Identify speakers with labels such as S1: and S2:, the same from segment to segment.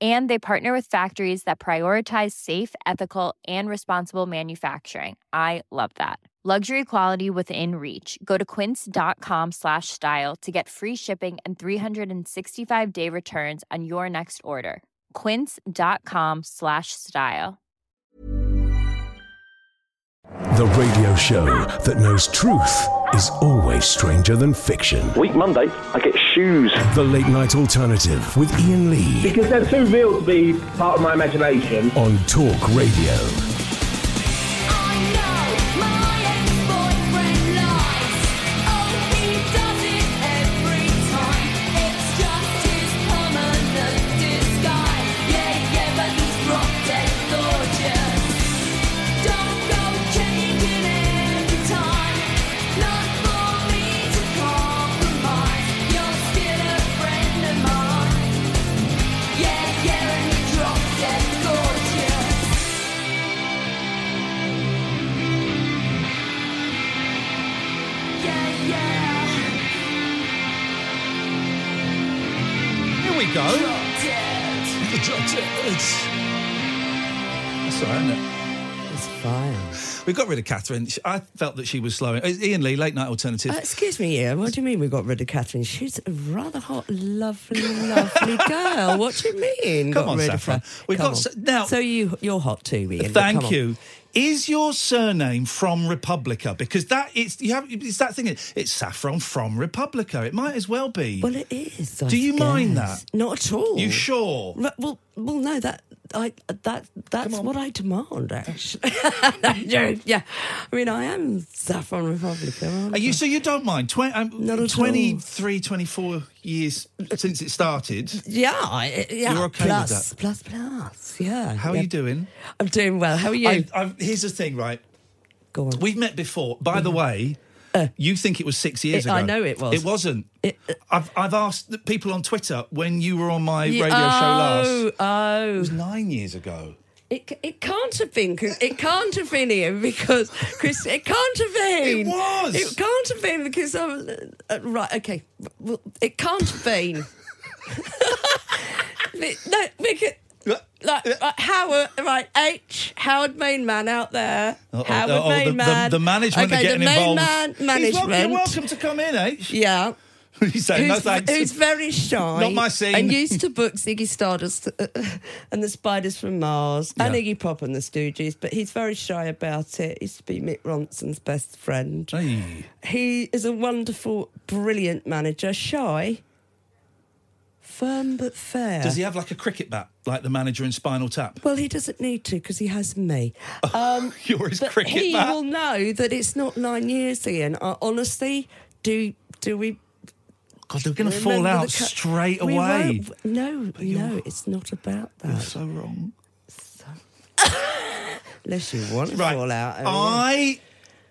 S1: And they partner with factories that prioritize safe, ethical, and responsible manufacturing. I love that. Luxury quality within reach. Go to quince.com slash style to get free shipping and 365 day returns on your next order. Quince.com slash style.
S2: The radio show that knows truth is always stranger than fiction.
S3: Week Monday, I get shoes.
S2: The late night alternative with Ian Lee
S4: Because they're too real to be part of my imagination.
S2: on Talk Radio.
S5: I know my ex-boyfriend lies. Oh, he does it every time. It's just his permanent disguise. Yeah, yeah, but he's rock dead gorgeous. Don't go changing every time. Not for me to compromise. You're still a friend of mine. Yeah, yeah, and he's rock dead gorgeous. Yeah, yeah.
S6: Here we go.
S5: Dead.
S6: The drop tip. It's that's all right, isn't it?
S7: It's fine.
S6: We got rid of Catherine. She- I felt that she was slowing. It's Ian Lee, late night alternative.
S7: Uh, excuse me, Ian. What do you mean we got rid of Catherine? She's a rather hot, lovely, lovely girl. What do you mean?
S6: Come
S7: got
S6: on,
S7: rid of
S6: Saffron.
S7: her?
S6: We've
S7: Come
S6: got
S7: on.
S6: s- now-
S7: So you, you're hot too, Ian. but come
S6: Thank
S7: on.
S6: you. Is your surname from Republica? Because that it's you have it's that thing. It's saffron from Republica. It might as well be.
S7: Well, it is. I
S6: Do you mind
S7: guess.
S6: that?
S7: Not at all.
S6: you sure?
S7: Right, well, well, no. That I that that's what I demand. Actually, yeah, yeah. I mean, I am Saffron Republica. aren't
S6: Are you
S7: I?
S6: so you don't mind? Twen- um,
S7: Not at all.
S6: 23, 24 years since it started.
S7: Yeah, I, yeah.
S6: You're okay with
S7: plus,
S6: that?
S7: plus, plus. Yeah.
S6: How
S7: yeah.
S6: are you doing?
S7: I'm doing well. How are you?
S6: I, I, here's the thing, right?
S7: Go on. Mm-hmm. Uh.
S6: We've met before. By the way, you think it was six years
S7: It-
S6: ago?
S7: I know it uh, was.
S6: It wasn't. I've I've asked the people on Twitter when you were on my
S7: You-
S6: radio show last. It
S7: oh, oh.
S6: was nine years ago.
S7: It, c- it can't have been. 'cause- It can't have been Ian because Chris. It can't have
S6: It
S7: been.
S6: was.
S7: It can't have been because I'm uh, right. Okay. Well, it can't have been. Be- no, because. Like, like Howard, right? H Howard Main Man out there.
S6: Uh-oh,
S7: Howard
S6: uh-oh, the-
S7: Main
S6: the,
S7: Man.
S6: the management
S7: okay,
S6: are getting
S7: the main
S6: involved.
S7: Man
S6: He's wel-
S7: management.
S6: you're welcome to come in, H.
S7: Yeah.
S6: He's saying, no
S7: who's,
S6: thanks.
S7: who's very shy.
S6: Not my scene.
S7: And used to book Ziggy Stardust uh, and the Spiders from Mars and
S6: Yeah.
S7: Iggy Pop and the Stooges, but he's very shy about it. He used to be Mick Ronson's best friend.
S6: Hey.
S7: He is a wonderful, brilliant manager. Shy, firm but fair.
S6: Does he have like a cricket bat, like the manager in Spinal Tap?
S7: well, he doesn't need to because he has me. Um,
S6: You're his
S7: but
S6: cricket
S7: he
S6: bat.
S7: will know that it's not nine years, Ian. I, honestly, do do we
S6: God, they're going to
S7: Remember
S6: fall
S7: the
S6: out
S7: cu-
S6: straight
S7: We
S6: away.
S7: won't- No, no,
S6: you're-
S7: it's not about
S6: You're
S7: that.
S6: so wrong.
S7: Unless you want to
S6: Right.
S7: fall out. I mean,
S6: I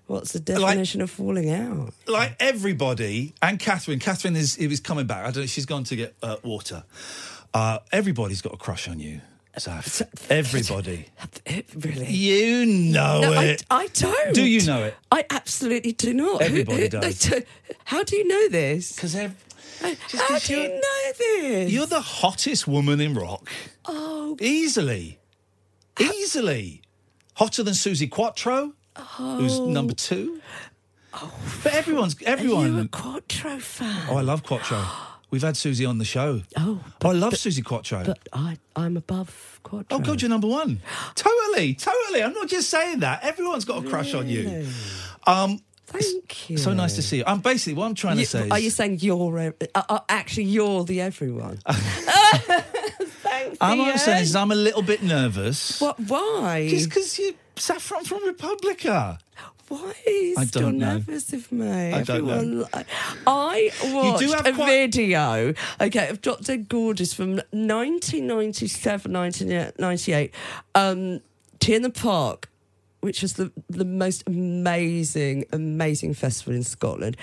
S7: What's the definition of falling out?
S6: like everybody, and Catherine. Catherine is it was coming back. I don't know. She's gone to get uh, water. Uh, everybody's got a crush on you, Zaf. Everybody,
S7: Really?
S6: you know
S7: No, I,
S6: it.
S7: I don't.
S6: Do you know it?
S7: I absolutely do not. Who-
S6: Everybody
S7: who-
S6: does.
S7: they do- How do you know this?
S6: Because just
S7: How
S6: 'cause
S7: do you
S6: you're-
S7: know this?
S6: you're the hottest woman in rock,
S7: oh,
S6: easily, easily, hotter than Susie Quattro, who's number two. but everyone's
S7: Oh. are you a
S6: everyone.
S7: Quattro fan?
S6: oh, I love Quattro. We've had Susie on the show.
S7: Oh,
S6: I love Susie Quattro.
S7: but I, I'm above Quattro.
S6: Oh God, you're number one. Totally, totally. I'm not just saying that. Everyone's got a crush on you. Um,
S7: Thank you.
S6: So nice to see you. I'm basically what I'm trying
S7: You-
S6: to say. Is,
S7: Are you saying you're ev- uh, uh, actually you're the everyone? Thanks.
S6: I'm what I'm
S7: Ian.
S6: saying is I'm a little bit nervous.
S7: What? Why?
S6: Just because you saffron from Republica.
S7: Why is
S6: I
S7: you're
S6: don't know.
S7: nervous of me? I
S6: don't know.
S7: Everyone, li- I watched
S6: have
S7: a
S6: quite-
S7: video, okay, of Dr. Gorgeous from 1997, 1998, um, Tea in the Park, which was the, the most amazing, amazing festival in Scotland.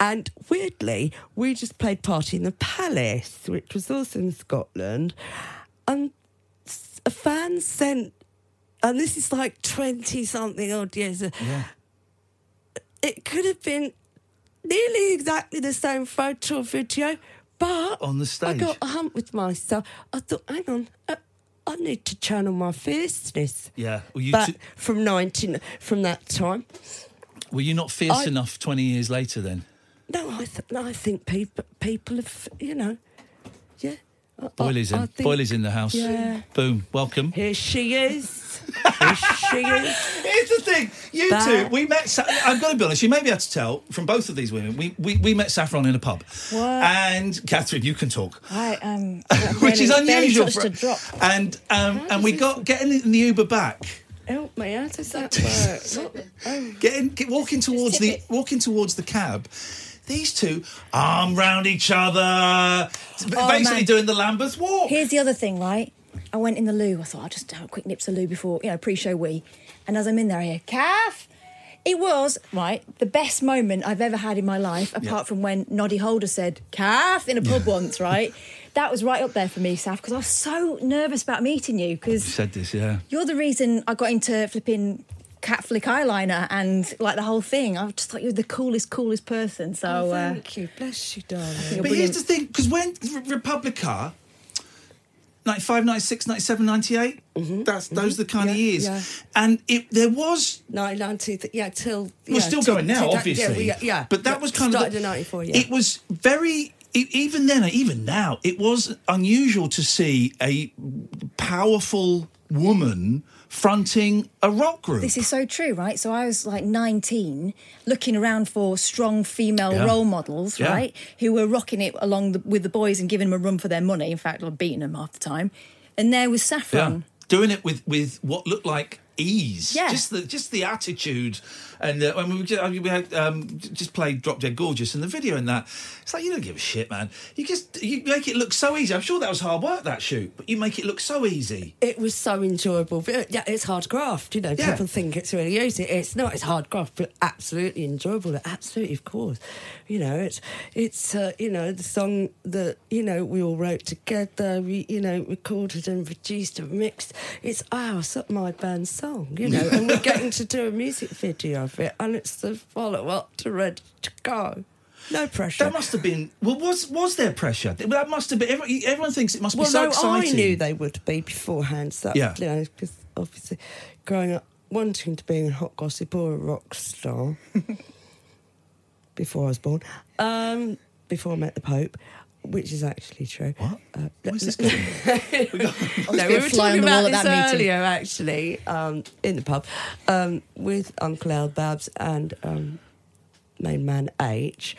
S7: And weirdly, we just played Party in the Palace, which was also in Scotland. And s- a fan sent and this is like 20 something odd years. It could have been nearly exactly the same photo or video, but
S6: On the
S7: I
S6: stage.
S7: got a hump with myself. I thought, hang on, I, I need to channel my fierceness.
S6: Yeah. Well, you
S7: Back
S6: t-
S7: from 19, from that time.
S6: Were you not fierce
S7: I-
S6: enough 20 years later then?
S7: No, I, th- no, I think people, people have, you know, yeah. I- I-
S6: Boily's in.
S7: I think-
S6: Boily's in the house.
S7: Yeah.
S6: Boom. Welcome.
S7: Here she is. Here she is.
S6: Here's the thing. You
S7: But-
S6: two, we met. Sa- I'm going to be honest. You may be able to tell from both of these women. We we, we met Saffron in a pub.
S8: What?
S6: And Catherine, you can talk.
S8: I um,
S6: which is
S8: Uh, barely- barely
S6: unusual.
S8: touched
S6: For,
S8: a drop.
S6: And um, and we got getting in the Uber back,
S7: Help me, how does that work? What- oh.
S6: getting get, walking towards the walking towards the cab. These two arm round each other, b-
S8: Oh,
S6: basically
S8: man.
S6: doing the Lambeth walk.
S8: Here's the other thing, right? I went in the loo. I thought I'll just have a quick nip to the loo before, you know, pre-show wee. And as I'm in there, I hear, calf. It was, right, the best moment I've ever had in my life, apart
S6: Yeah.
S8: from when Noddy Holder said, calf, in a pub once, right? That was right up there for me, Saf, because I was so nervous about meeting you, because
S6: Said this, yeah.
S8: you're the reason I got into flipping cat flick eyeliner and, like, the whole thing. I just thought you were the coolest, coolest person, so... uh,
S7: Oh, Thank you. Bless you, darling.
S8: you're
S6: But
S8: brilliant.
S6: here's the thing, because when Re- Republica, 95, 96, 97, 98,
S8: Mm-hmm.
S6: that's, those are the kind of
S7: Yeah,
S6: years.
S7: yeah.
S6: And it there was,
S7: No, 90, th- yeah, till.
S6: we're
S7: yeah,
S6: still
S7: till-
S6: going now,
S7: till that-
S6: obviously.
S7: Yeah, we- yeah, yeah.
S6: But that
S7: Yeah,
S6: was kind
S7: started
S6: of. the-
S7: in 94, yeah.
S6: It was very. e- Even then, even now, it was unusual to see a powerful woman fronting a rock group.
S8: This is so true, right? So I was like 19, looking around for strong female
S6: Yeah.
S8: role models,
S6: Yeah.
S8: right? Who were rocking it along the, with the boys and giving them a run for their money. In fact, like beating them half the time. And there was
S6: yeah.
S8: Saffron.
S6: Doing it with, with what looked like ease.
S8: Yeah.
S6: Just the just the attitude. And uh, when we were ju- I mean, we had, um, j- just played Drop Dead Gorgeous in the video and that, it's like, you don't give a shit, man. You just you make it look so easy. I'm sure that was hard work, that shoot, but you make it look so easy.
S7: It was so enjoyable. But, uh, yeah, it's hard graft, you know.
S6: Yeah.
S7: People think it's really easy. It's not. It's hard graft, but absolutely enjoyable. Absolutely, of course. You know, it's it's uh, you know the song that you know we all wrote together. We you know recorded and produced and mixed. It's our so- my band's song, you know, and we're getting to do a music video of it, and it's the follow up to Ready to Go. No pressure.
S6: That must have been. Well, was was there pressure? Well, That must have been. Everyone, everyone thinks it must be
S7: Well,
S6: so
S7: no,
S6: exciting.
S7: I knew they would be beforehand. So,
S6: Yeah.
S7: you know, because obviously growing up wanting to be a hot gossip or a rock star before I was born, um, before I met the Pope, which is actually true.
S6: What?
S7: Uh,
S6: Where's this going?
S7: no,
S8: be
S7: we
S8: a
S7: were
S8: fly on
S7: talking
S8: the wall
S7: about
S8: at
S7: this
S8: that meeting.
S7: earlier, actually, um, in the pub, um, with Uncle Al Babs and um, main man H,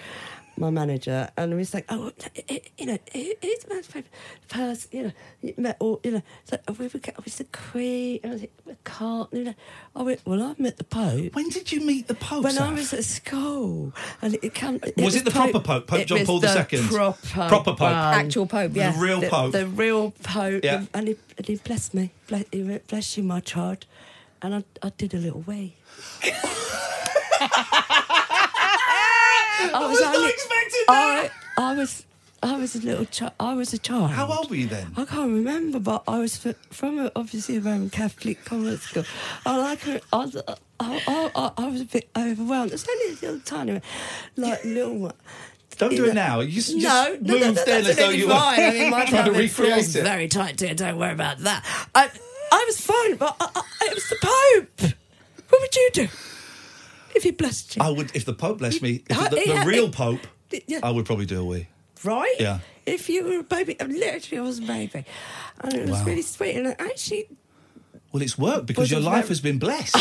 S7: my manager, and we was like, oh, it- it- you know, who- who's my favourite person? You know, you met all, you know, it's like, oh, we were, it was the Queen, and I was like, McCartney. You know. I went, well, I met the Pope.
S6: when did you meet the Pope?
S7: When I
S6: Saf?
S7: was at school, and it came,
S6: Was it the proper Pope, Pope John Paul
S7: II?
S6: II?
S7: Proper,
S6: Proper Pope.
S7: one.
S8: Actual Pope, yeah.
S6: the real
S7: The-
S6: Pope.
S7: The real Pope.
S6: Yeah.
S7: And, he, and he blessed me. Bless, he went, bless you, my child. And I, I did a little wee. I was
S6: not expecting
S7: that. I, I was, I was a little child. I was a child.
S6: How old were you then?
S7: I can't remember, but I was f- from a, obviously a Roman Catholic convent school. And I, can, I, was- I, I, I, I was a bit overwhelmed. It's only a little tiny, one, like little one.
S6: Don't do
S7: Yeah.
S6: it now. You s- just
S7: no, no,
S6: move
S7: no,
S6: then
S7: that's
S6: as though
S7: absolutely
S6: you were
S7: fine. I mean,
S6: trying
S7: my
S6: to
S7: brother
S6: recreate
S7: feels
S6: it.
S7: Very tight, dear. Don't worry about that. I, I was fine, but I, I, it was the Pope. What would you do if he blessed you?
S6: I would, if the Pope blessed me, if
S7: I-
S6: the, the
S7: yeah,
S6: real
S7: it-
S6: Pope,
S7: it- yeah.
S6: I would probably do a wee.
S7: right?
S6: Yeah.
S7: If you were a baby, I literally was a baby, and it was
S6: Wow.
S7: really sweet. And I actually
S6: Well, it's worked because
S7: Well,
S6: your
S7: it's
S6: life
S7: ver-
S6: has been blessed.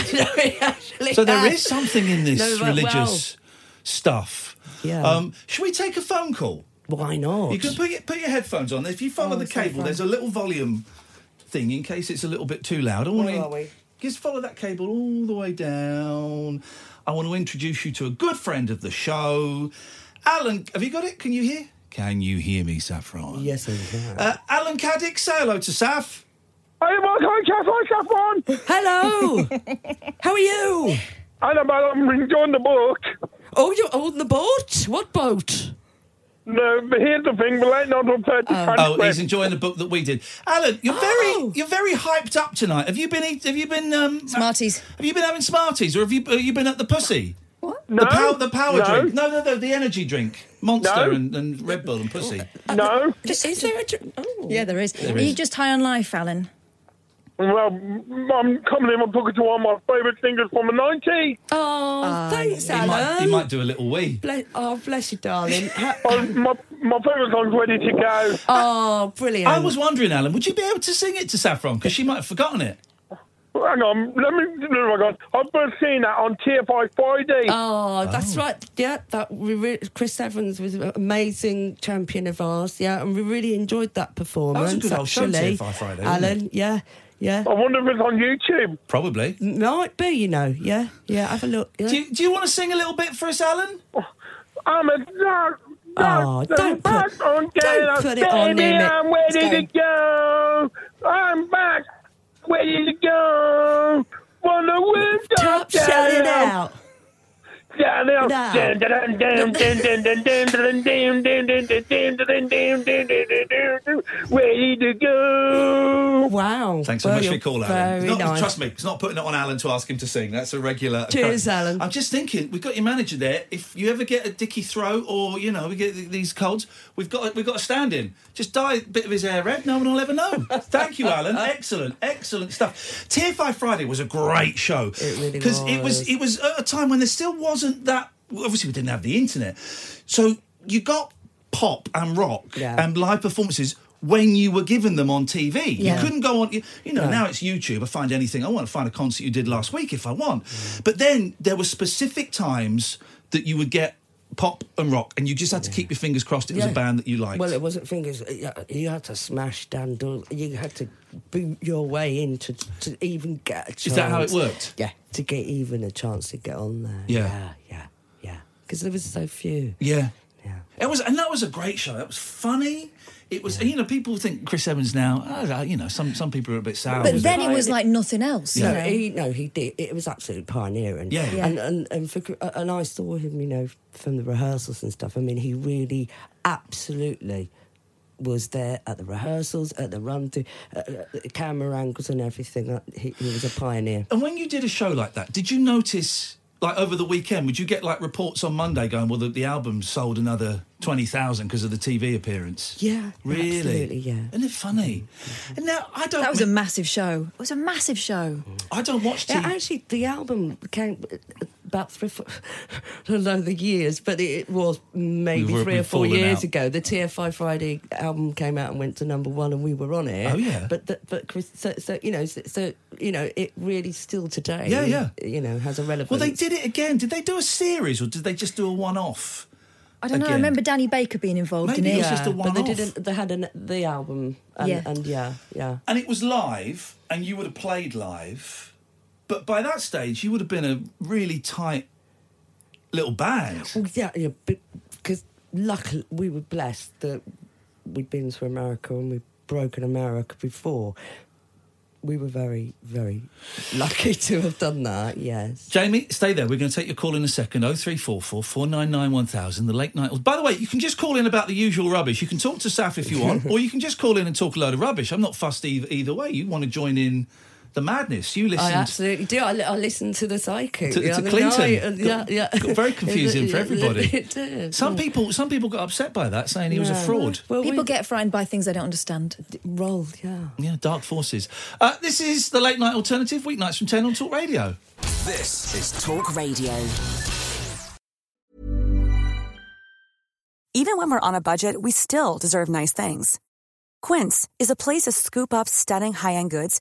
S7: Actually,
S6: so there
S7: yeah.
S6: is something in
S7: No,
S6: this
S7: but-
S6: religious stuff.
S7: Yeah.
S6: Um, should we take a phone call?
S7: well, Why not? Oh,
S6: You can put your, put your headphones on. If you follow the cable, there's a little volume thing in case it's a little bit too loud. I want
S7: Where
S6: to,
S7: are we?
S6: Just follow that cable all the way down. I want to introduce you to a good friend of the show, Alan. Have you got it? Can you hear? Can you hear me, Saffron?
S7: Yes, I can.
S6: Uh, Alan Caddick, say hello to Saf.
S4: Hey, Mark, hi, Jeff, hi, Saffron.
S7: Hello. How are you?
S4: And I'm, I'm enjoying the book.
S7: Oh, you're on the boat? What boat?
S4: No, but here's the thing, we're letting on to 30
S6: Oh, he's enjoying the book that we did. Alan, you're
S7: Oh.
S6: very you're very hyped up tonight. Have you been eat- have you been um,
S8: Smarties.
S6: Have you been having Smarties or have you have you been at the pussy?
S4: no,
S6: The, pow- the power
S4: no,
S6: drink. No, no, no, the energy drink. Monster
S4: No.
S6: and, and Red Bull and Pussy.
S4: No.
S7: Just, is there a dr- oh.
S8: Yeah, there is. Are you just high on life, Alan?
S4: Well, I'm coming in, I'm talking to one of my favourite singers from the 90s.
S7: Oh, thanks,
S6: He
S7: Alan.
S6: might, he might do a little wee.
S7: Bless- oh, bless you, darling. Ha-
S4: Oh, my, my favourite song's Ready to Go.
S7: oh, brilliant.
S6: I was wondering, Alan, would you be able to sing it to Saffron? Because she might have forgotten it.
S4: Hang on, let me. Oh my God, I've been seeing that on TFI Friday.
S7: Oh, that's right. Yeah, that we re- Chris Evans was an amazing champion of ours. Yeah, and we really enjoyed that performance.
S6: good old show,
S7: actually.
S6: TFI Friday, wasn't
S7: Alan. Yeah, yeah,
S4: I wonder if it's on YouTube.
S6: Probably.
S7: might be. You know, yeah, yeah. Have a look. Yeah.
S6: Do you, do you want to sing a little bit for us, Alan?
S4: I'm a dog.
S7: Oh, don't put- don't put it on,
S4: baby,
S7: Nick.
S4: I'm ready to
S7: Don't.
S4: go. I'm back, ready to go. On the window,
S7: Top shout it out.
S4: Shout it out.
S7: Now.
S4: Dun, dun, dun, dun, dun, dun, dun, dun, dun, dun, dun, dun, dun, dun, dun, dun, dun, dun, dun, dun. Ready to go.
S7: Wow.
S6: Thanks so
S7: Well,
S6: much for
S7: you're
S6: your call, Alan.
S7: Very
S6: Not-
S7: nice.
S6: Trust me, it's not putting it on Alan to ask him to sing. That's a regular.
S7: Cheers,
S6: occurrence.
S7: Alan.
S6: I'm just thinking, we've got your manager there. If you ever get a dicky throat or, you know, we get th- these colds, we've got, we've got a stand in. Just dye a bit of his hair red, no one will ever know. Thank you, Alan. Excellent, excellent stuff. Tier 5 Friday was a great show.
S7: It really
S6: Because it was,
S7: was.
S6: it was at a time when there still wasn't that. Obviously, we didn't have the internet. So you got pop and rock
S7: Yeah.
S6: and live performances when you were given them on TV.
S8: Yeah.
S6: You couldn't go on. You, you know, now it's YouTube. I find anything I want. I find a concert you did last week if I want.
S7: Mm.
S6: But then there were specific times that you would get pop and rock, and you just had to keep your fingers crossed it was a
S7: Yeah.
S6: band that you liked.
S7: Well, it wasn't fingers. You- You had to smash Dan Dul- You had to boot your way in to, to even get a chance.
S6: Is that how it worked?
S7: Yeah, to get even a chance to get on there.
S6: Yeah.
S7: yeah, yeah. Because there was so few.
S6: yeah.
S7: Yeah.
S6: It was, and that was a great show. That was funny. It was, you know, people think Chris Evans now. Uh, you know, some some people are a bit sour.
S8: But
S6: with
S8: then
S6: it.
S8: it was like nothing else.
S7: No,
S8: You know?
S7: he no, he did. It was absolute pioneering.
S6: Yeah. Yeah.
S7: and and and, for, uh, and I saw him, you know, from the rehearsals and stuff. I mean, he really, absolutely, was there at the rehearsals, at the run through, uh, the camera angles and everything. Uh, He, he was a pioneer.
S6: And when you did a show like that, did you notice, like over the weekend, would you get like reports on Monday going, well, the, the album sold another 20,000 because of the TV appearance?
S7: Yeah,
S6: Really?
S7: absolutely, yeah.
S6: Isn't it funny? And now I don't.
S8: That was a
S6: mean-
S8: massive show. It was a massive show.
S6: I don't watch TV.
S7: Yeah, actually, the album came about three, four, I don't know the years, but it was maybe
S6: We were-
S7: three or
S6: we've
S7: four
S6: fallen
S7: years
S6: out.
S7: ago. The TFI Friday album came out and went to number one, and we were on it.
S6: Oh, yeah.
S7: But the, but Chris, so, so you know, so, so you know, it really still today.
S6: Yeah, yeah.
S7: You know, has a relevance.
S6: well, they did it again. Did they do a series or did they just do a one off?
S8: I don't know. I
S6: Again.
S8: remember Danny Baker being involved
S6: Maybe
S8: in
S6: it
S8: it.
S6: was just a
S7: but they
S6: one-off.
S7: didn't. They had an, the album. And,
S8: Yeah.
S7: And yeah, yeah.
S6: And it was live and you would have played live. But by that stage, you would have been a really tight little band.
S7: Well, Oh, yeah, yeah, because luckily we were blessed that we'd been to America and we'd broken America before. We were very, very lucky to have done that. Yes.
S6: Jamie, stay there. We're going to take your call in a second. 0344 499 1000, the late night. By the way, you can just call in about the usual rubbish. You can talk to Saf if you want, or you can just call in and talk a load of rubbish. I'm not fussed either, either way. You want to join in the madness. You
S7: I
S6: listened.
S7: absolutely do. I, li- I listened to the psychic
S6: To-
S7: the
S6: to
S7: other
S6: Clinton.
S7: night, and
S6: Got-
S7: uh, yeah, yeah.
S6: got very
S7: It-
S6: confusing for
S7: it-
S6: everybody.
S7: It did.
S6: Some
S7: yeah.
S6: people some people got upset by that, saying he was a
S7: Yeah.
S6: fraud.
S7: Well,
S8: People
S7: we
S8: get frightened by things they don't understand.
S7: roll. Yeah.
S6: Yeah, dark forces. Uh, this is the late night alternative, weeknights from 10 on Talk Radio.
S9: This is Talk Radio.
S10: Even when we're on a budget, we still deserve nice things. Quince is a place to scoop up stunning high end goods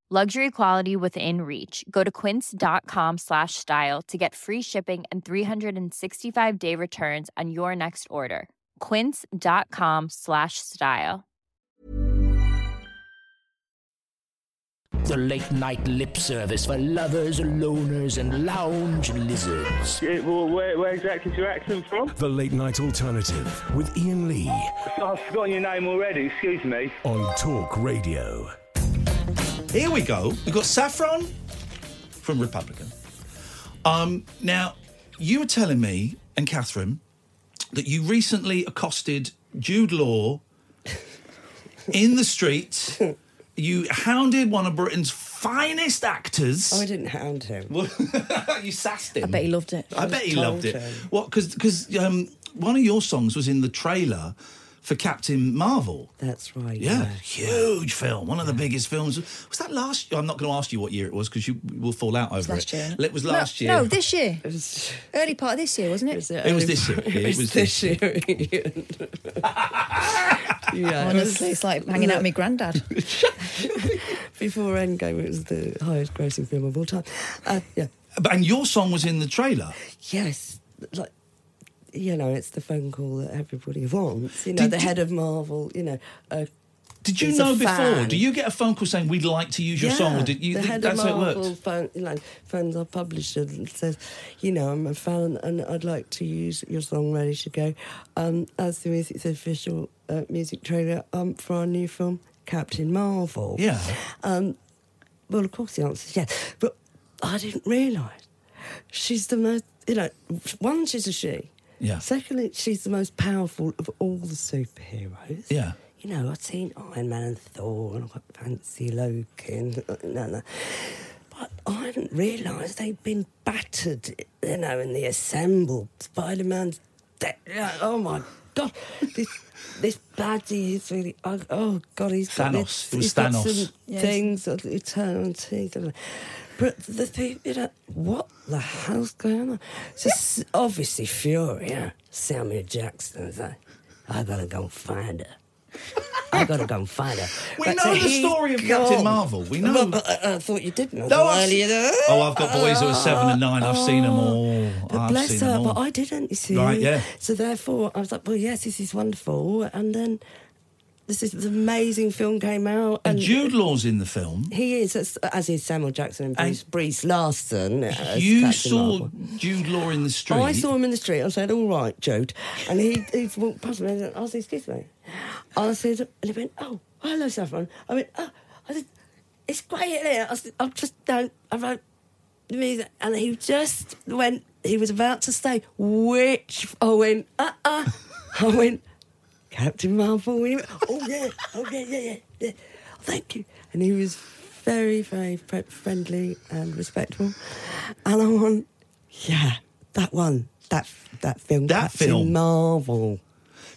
S1: Luxury quality within reach. Go to quince.com slash style to get free shipping and 365 day returns on your next order. Quince.com slash style.
S11: The late night lip service for lovers, loners, and lounge lizards.
S3: Yeah, well, where, where exactly is your accent from?
S2: The Late Night Alternative with Ian Lee
S3: Oh, I've forgotten your name already, excuse me.
S2: on Talk Radio.
S6: Here we go. We've got Saffron from Republican. Um, now, you were telling me and Catherine that you recently accosted Jude Law in the street. You hounded one of Britain's finest actors.
S7: Oh, I didn't hound him.
S6: you sassed him. I
S8: bet he loved it.
S6: I bet he loved it. What? Because um, one of your songs was in the trailer for Captain Marvel.
S7: That's right.
S6: Yeah, huge film. One of the biggest films. Was that last? I'm not going to ask you what year it was because you will fall out over it.
S8: last year.
S6: It was last
S8: no,
S6: year.
S8: No, this year. Early part of this year, wasn't it?
S6: It was this year. It was this
S7: year. yeah.
S8: Honestly, it's like hanging out with my granddad.
S7: Before Endgame, it was the highest grossing film of all time. Uh, yeah.
S6: But- And your song was in the trailer.
S7: Yes. Like, you know, it's the phone call that everybody wants. You know,
S6: Did
S7: the
S6: you-
S7: head of Marvel, you know. Uh,
S6: Did you
S7: is a
S6: know before?
S7: fan.
S6: Do you get a phone call saying we'd like to use your
S7: yeah,
S6: song? Or did you?
S7: the
S6: th-
S7: head
S6: that's
S7: of
S6: how it
S7: Marvel
S6: worked.
S7: phone, like, phones our publisher and says, you know, I'm a fan and I'd like to use your song Ready to Go um, as the music's official uh, music trailer um, for our new film, Captain Marvel.
S6: Yeah.
S7: Um, well, of course the answer is yes. But I didn't realise she's the most, you know, one, she's a she.
S6: Yeah.
S7: Secondly, she's the most powerful of all the superheroes.
S6: Yeah.
S7: You know, I've seen Iron Man and Thor, and I've got Fancy Loki, and uh, no, no. But I hadn't realised they'd been battered, you know, in the assembled Spider Man's. De- yeah, oh my god, this this baddie is really. ug- Oh god, he's got
S6: Thanos.
S7: this-
S6: It was
S7: he's got
S6: Thanos.
S7: some
S8: Yes.
S7: things of eternal teeth. and- But the thing, you know, what the hell's going on? It's just obviously Fury, yeah. Samuel Jackson's like, I gotta go and find her. I gotta go and find her.
S6: We
S7: But
S6: know
S7: so
S6: the
S7: he's
S6: story of Captain
S7: gone.
S6: Marvel. We know.
S7: Well, but I, I thought you did know.
S6: No,
S7: that
S6: I've
S7: earlier.
S6: seen- Oh, I've got boys who are seven and nine. I've seen them all.
S7: Oh, But
S6: I've
S7: bless
S6: seen
S7: her,
S6: them all.
S7: but I didn't, you see.
S6: Right, yeah.
S7: So therefore, I was like, well, yes, this is wonderful. And then this is this amazing film came out.
S6: And Jude Law's in the film.
S7: He is, as- as is Samuel Jackson and Bruce, Bruce Larson. uh, as
S6: You
S7: Captain
S6: saw
S7: Marvel.
S6: Jude Law in the street.
S7: Oh, I saw him in the street. I said, "All right, Jude," and he he walked past me. And I said, "Oh, excuse me." I said, and he went, "Oh, hello, Saffron." I went, "Oh," I said, "It's great in here." I said, "I just don't." I wrote the music, and he just went. He was about to say which. I went, "Uh, uh," I went. Captain Marvel. And he went, oh yeah, oh yeah, yeah, yeah, yeah. Thank you. And he was very, very fr- friendly and respectful. And I went, yeah, that one, that that film,
S6: That
S7: Captain
S6: film.
S7: Marvel.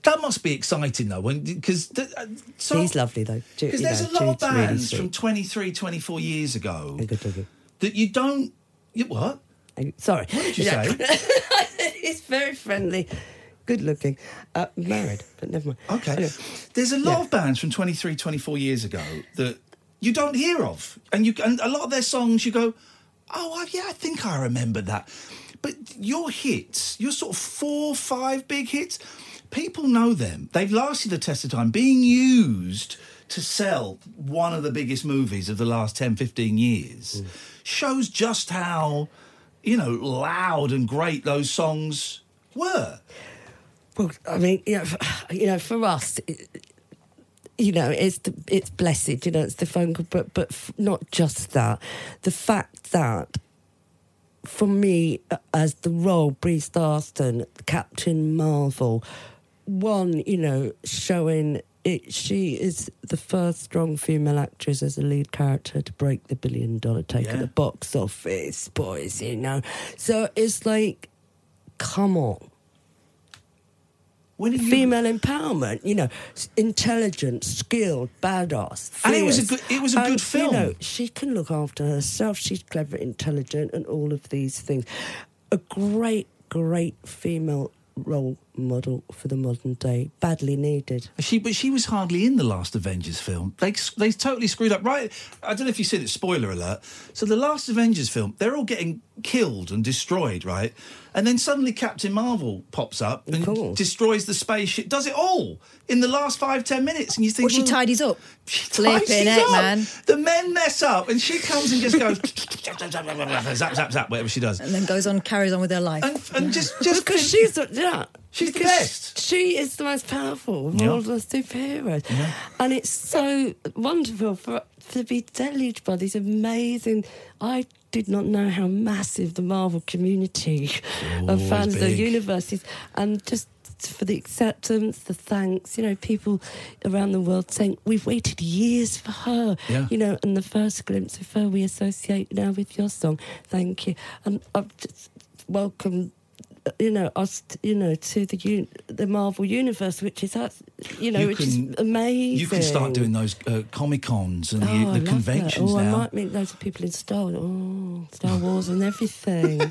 S6: That must be exciting though, because uh, so,
S7: He's lovely though. Ju-
S6: Because
S7: you
S6: there's
S7: know,
S6: a lot of
S7: Jude's really
S6: bands
S7: sweet.
S6: from 23, 24 years ago
S7: Good looking.
S6: that you don't. You, what?
S7: Uh, Sorry.
S6: What did you
S7: Yeah.
S6: say?
S7: He's very friendly, good looking, uh, married, but never mind.
S6: Okay.
S7: Anyway.
S6: There's a lot
S7: Yeah.
S6: of bands from 23, 24 years ago that you don't hear of, and you and a lot of their songs you go, oh I- yeah, I think I remember that. But your hits, your sort of four, five big hits, people know them. They've lasted the test of time, being used to sell one of the biggest movies of the last 10, 15 years. Shows just how, you know, loud and great those songs were.
S7: Well, I mean, you know, you know, for us, it, you know, it's the, it's blessed. You know, it's the phone call, but but f- not just that. The fact that for me, uh, as the role, Bree Starston, Captain Marvel, one, you know, showing it, she is the first strong female actress as a lead character to break the billion dollar take at
S12: Yeah.
S7: the box office, boys, you know. So it's like, come on.
S6: When
S7: Female empowerment, you know, s- intelligent, skilled, badass.
S6: And it was a
S7: fierce.
S6: good- it was a good
S7: And,
S6: film.
S7: You know, she can look after herself. She's clever, intelligent, and all of these things. A great, great female role model for the modern day, badly needed.
S6: She, but she was hardly in the last Avengers film. They they totally screwed up. Right, I don't know if you've seen it. Spoiler alert. So the last Avengers film, they're all getting killed and destroyed, right? And then suddenly Captain Marvel pops up and destroys the spaceship. Does it all in the last five ten minutes? And you think
S8: Well, she tidies up.
S6: She
S8: Flipping
S6: tidies
S8: heck,
S6: up.
S8: man.
S6: The men mess up, and she comes and just goes zap zap zap zap zap, zap whatever she does.
S8: and then goes on, carries on with her life. And,
S6: just, just
S7: because she's the- yeah,
S6: she's
S7: the best. She is the most powerful of
S8: Yeah.
S7: all the superheroes, and it's for- wonderful for to be deluged by these amazing. I did not know how massive the Marvel community of
S12: always
S7: fans of
S12: big.
S7: universes, and just for the acceptance, the thanks. You know, people around the world saying we've waited years for her.
S12: Yeah.
S7: You know, and the first glimpse of her we associate now with your song. Thank you, and I've just welcomed. You know us. You know to the un- the Marvel universe, which is us. You know,
S6: You
S7: which
S6: can-
S7: is amazing.
S6: You can start doing those uh, comic cons and
S7: Oh, I
S6: the,
S7: love
S6: the
S7: that.
S6: conventions
S7: oh,
S6: now.
S7: I might meet loads of people in Star. Oh, Star Wars and everything.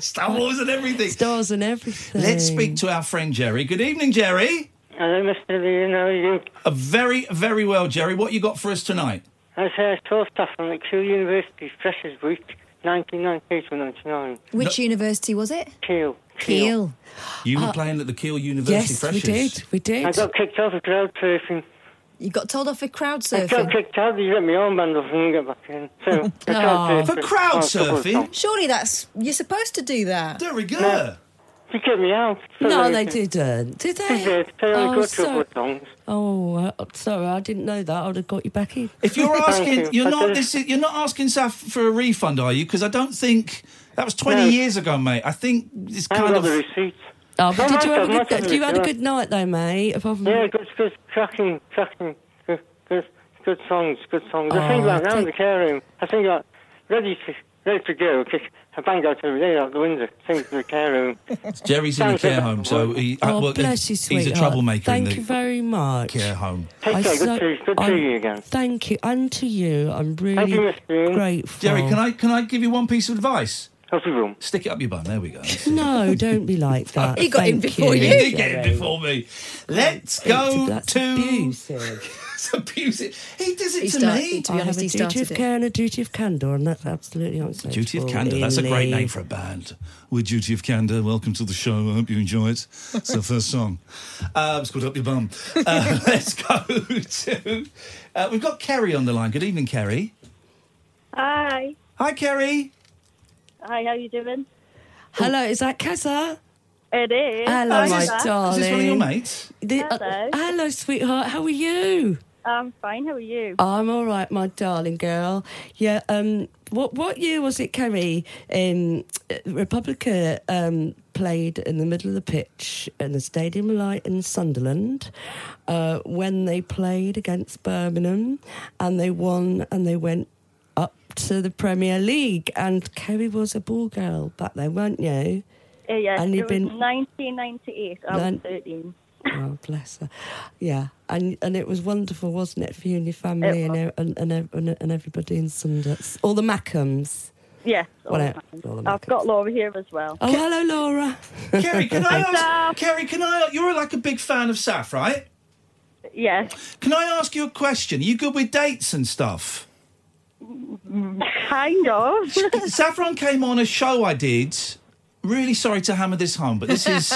S6: Star Wars and everything.
S7: Stars and everything.
S6: Let's speak to our friend Jerry. Good evening, Jerry.
S13: Hello, Mr. Lee. How are you?
S6: Uh, very, very well, Jerry. What you got for us tonight?
S13: I say I saw stuff from McGill University Freshers Week, 1998 to 99.
S8: Which university was it?
S13: Keel.
S8: Keel.
S6: You were
S8: Uh,
S6: playing at the Kiel University Freshers.
S7: We
S13: I got kicked out for crowd surfing.
S8: You got told off for crowd
S13: I got
S8: surfing.
S13: kicked out. You let me armband off and get back in. So, for crowd surfing. Oh, couple of times.
S8: Surely that's you're supposed to do that.
S6: There we go.
S13: No. You get me out.
S7: No, they didn't. Did they?
S13: They did. They only
S7: Oh,
S13: got
S7: so-
S13: two or songs.
S7: Oh, I- sorry, I didn't know that. I'd have got you back in.
S6: If you're asking, you. are not this,
S7: Is,
S6: is- you're not asking Saf for a refund, are you? Because I don't think that was 20
S7: No.
S6: years ago, mate. I think it's
S13: I haven't
S6: kind of
S13: got the receipts.
S7: oh, but
S13: No,
S7: did you
S13: no,
S7: have
S13: no,
S7: a good?
S13: no,
S7: Do you
S13: no,
S7: had a
S13: no.
S7: good night though, mate?
S6: Uh,
S7: Apart from
S13: Yeah, good, good, cracking, cracking, good, good, good songs, good songs. I think
S7: Oh,
S13: about
S7: take-
S13: round the care room. I think about ready to ready to go. Kick a bang out every day out the window. Think to the care room.
S6: Jerry's in the
S13: Sounds like
S6: care
S13: that.
S6: home, so he,
S7: Oh,
S6: uh, well,
S7: bless you,
S6: he's
S7: sweetheart.
S6: a troublemaker
S7: Thank
S6: in the
S7: you very much.
S6: care home.
S13: Take
S7: I
S13: care.
S7: so-
S13: Good to, good to
S7: I'm-
S13: you again.
S7: Thank you, and to you. I'm really
S13: Thank you, Miss Green.
S7: grateful.
S6: Jerry, can I can I give you one piece of advice?
S13: room.
S6: Stick it up your bum. There we go.
S7: No, don't be like that.
S6: He got in
S7: Thank
S6: before you. He did get in
S7: Jerry.
S6: before me. Let's go to. it's abusive. He does it
S7: He
S6: to
S7: start-
S6: me.
S7: I have a duty of care and a duty of candour, and that's absolutely unacceptable.
S6: Duty of Candor. That's a great
S7: Really.
S6: name for a band. We're Duty of Candor. Welcome to the show. I hope you enjoy it. It's our first song. Uh, it's called Up Your Bum. Uh, let's go to. Uh, we've got Kerry on the line. Good evening, Kerry.
S14: Hi.
S6: Hi, Kerry.
S14: Hi, how you doing?
S7: Hello, is that Kazza?
S14: It is.
S7: Hello,
S14: Hi,
S7: my
S14: Kazza.
S7: darling.
S6: Is this one of your mates?
S7: The- uh,
S14: Hello.
S7: hello, sweetheart. How are you?
S14: I'm fine, how are you?
S7: I'm all right, my darling girl. Yeah. Um. What What year was it, Kerry? Um. Republica um played in the middle of the pitch in the Stadium of Light in Sunderland uh, when they played against Birmingham, and they won, and they went up to the Premier League. And Kerry was a ball girl back then, weren't you?
S14: Uh, yeah,
S7: And
S14: it
S7: you've
S14: was
S7: been-
S14: 1998. I was
S7: Nin-
S14: 13.
S7: Oh, bless her. Yeah, and and it was wonderful, wasn't it, for you and your family
S14: It
S7: and, e- and and ev- and and everybody in Sundance, all the Mackhams.
S14: Yes. all
S7: Whatever.
S14: fine.
S7: All the
S14: I've got Laura here as well.
S7: Oh, hello, Laura.
S6: Kerry, can I ask? Kerry, can I? You're like a big fan of Saf, right?
S14: Yes.
S6: Can I ask you a question? Are you good with dates and stuff?
S14: Kind of.
S6: Saffron came on a show I did. Really sorry to hammer this home, but this is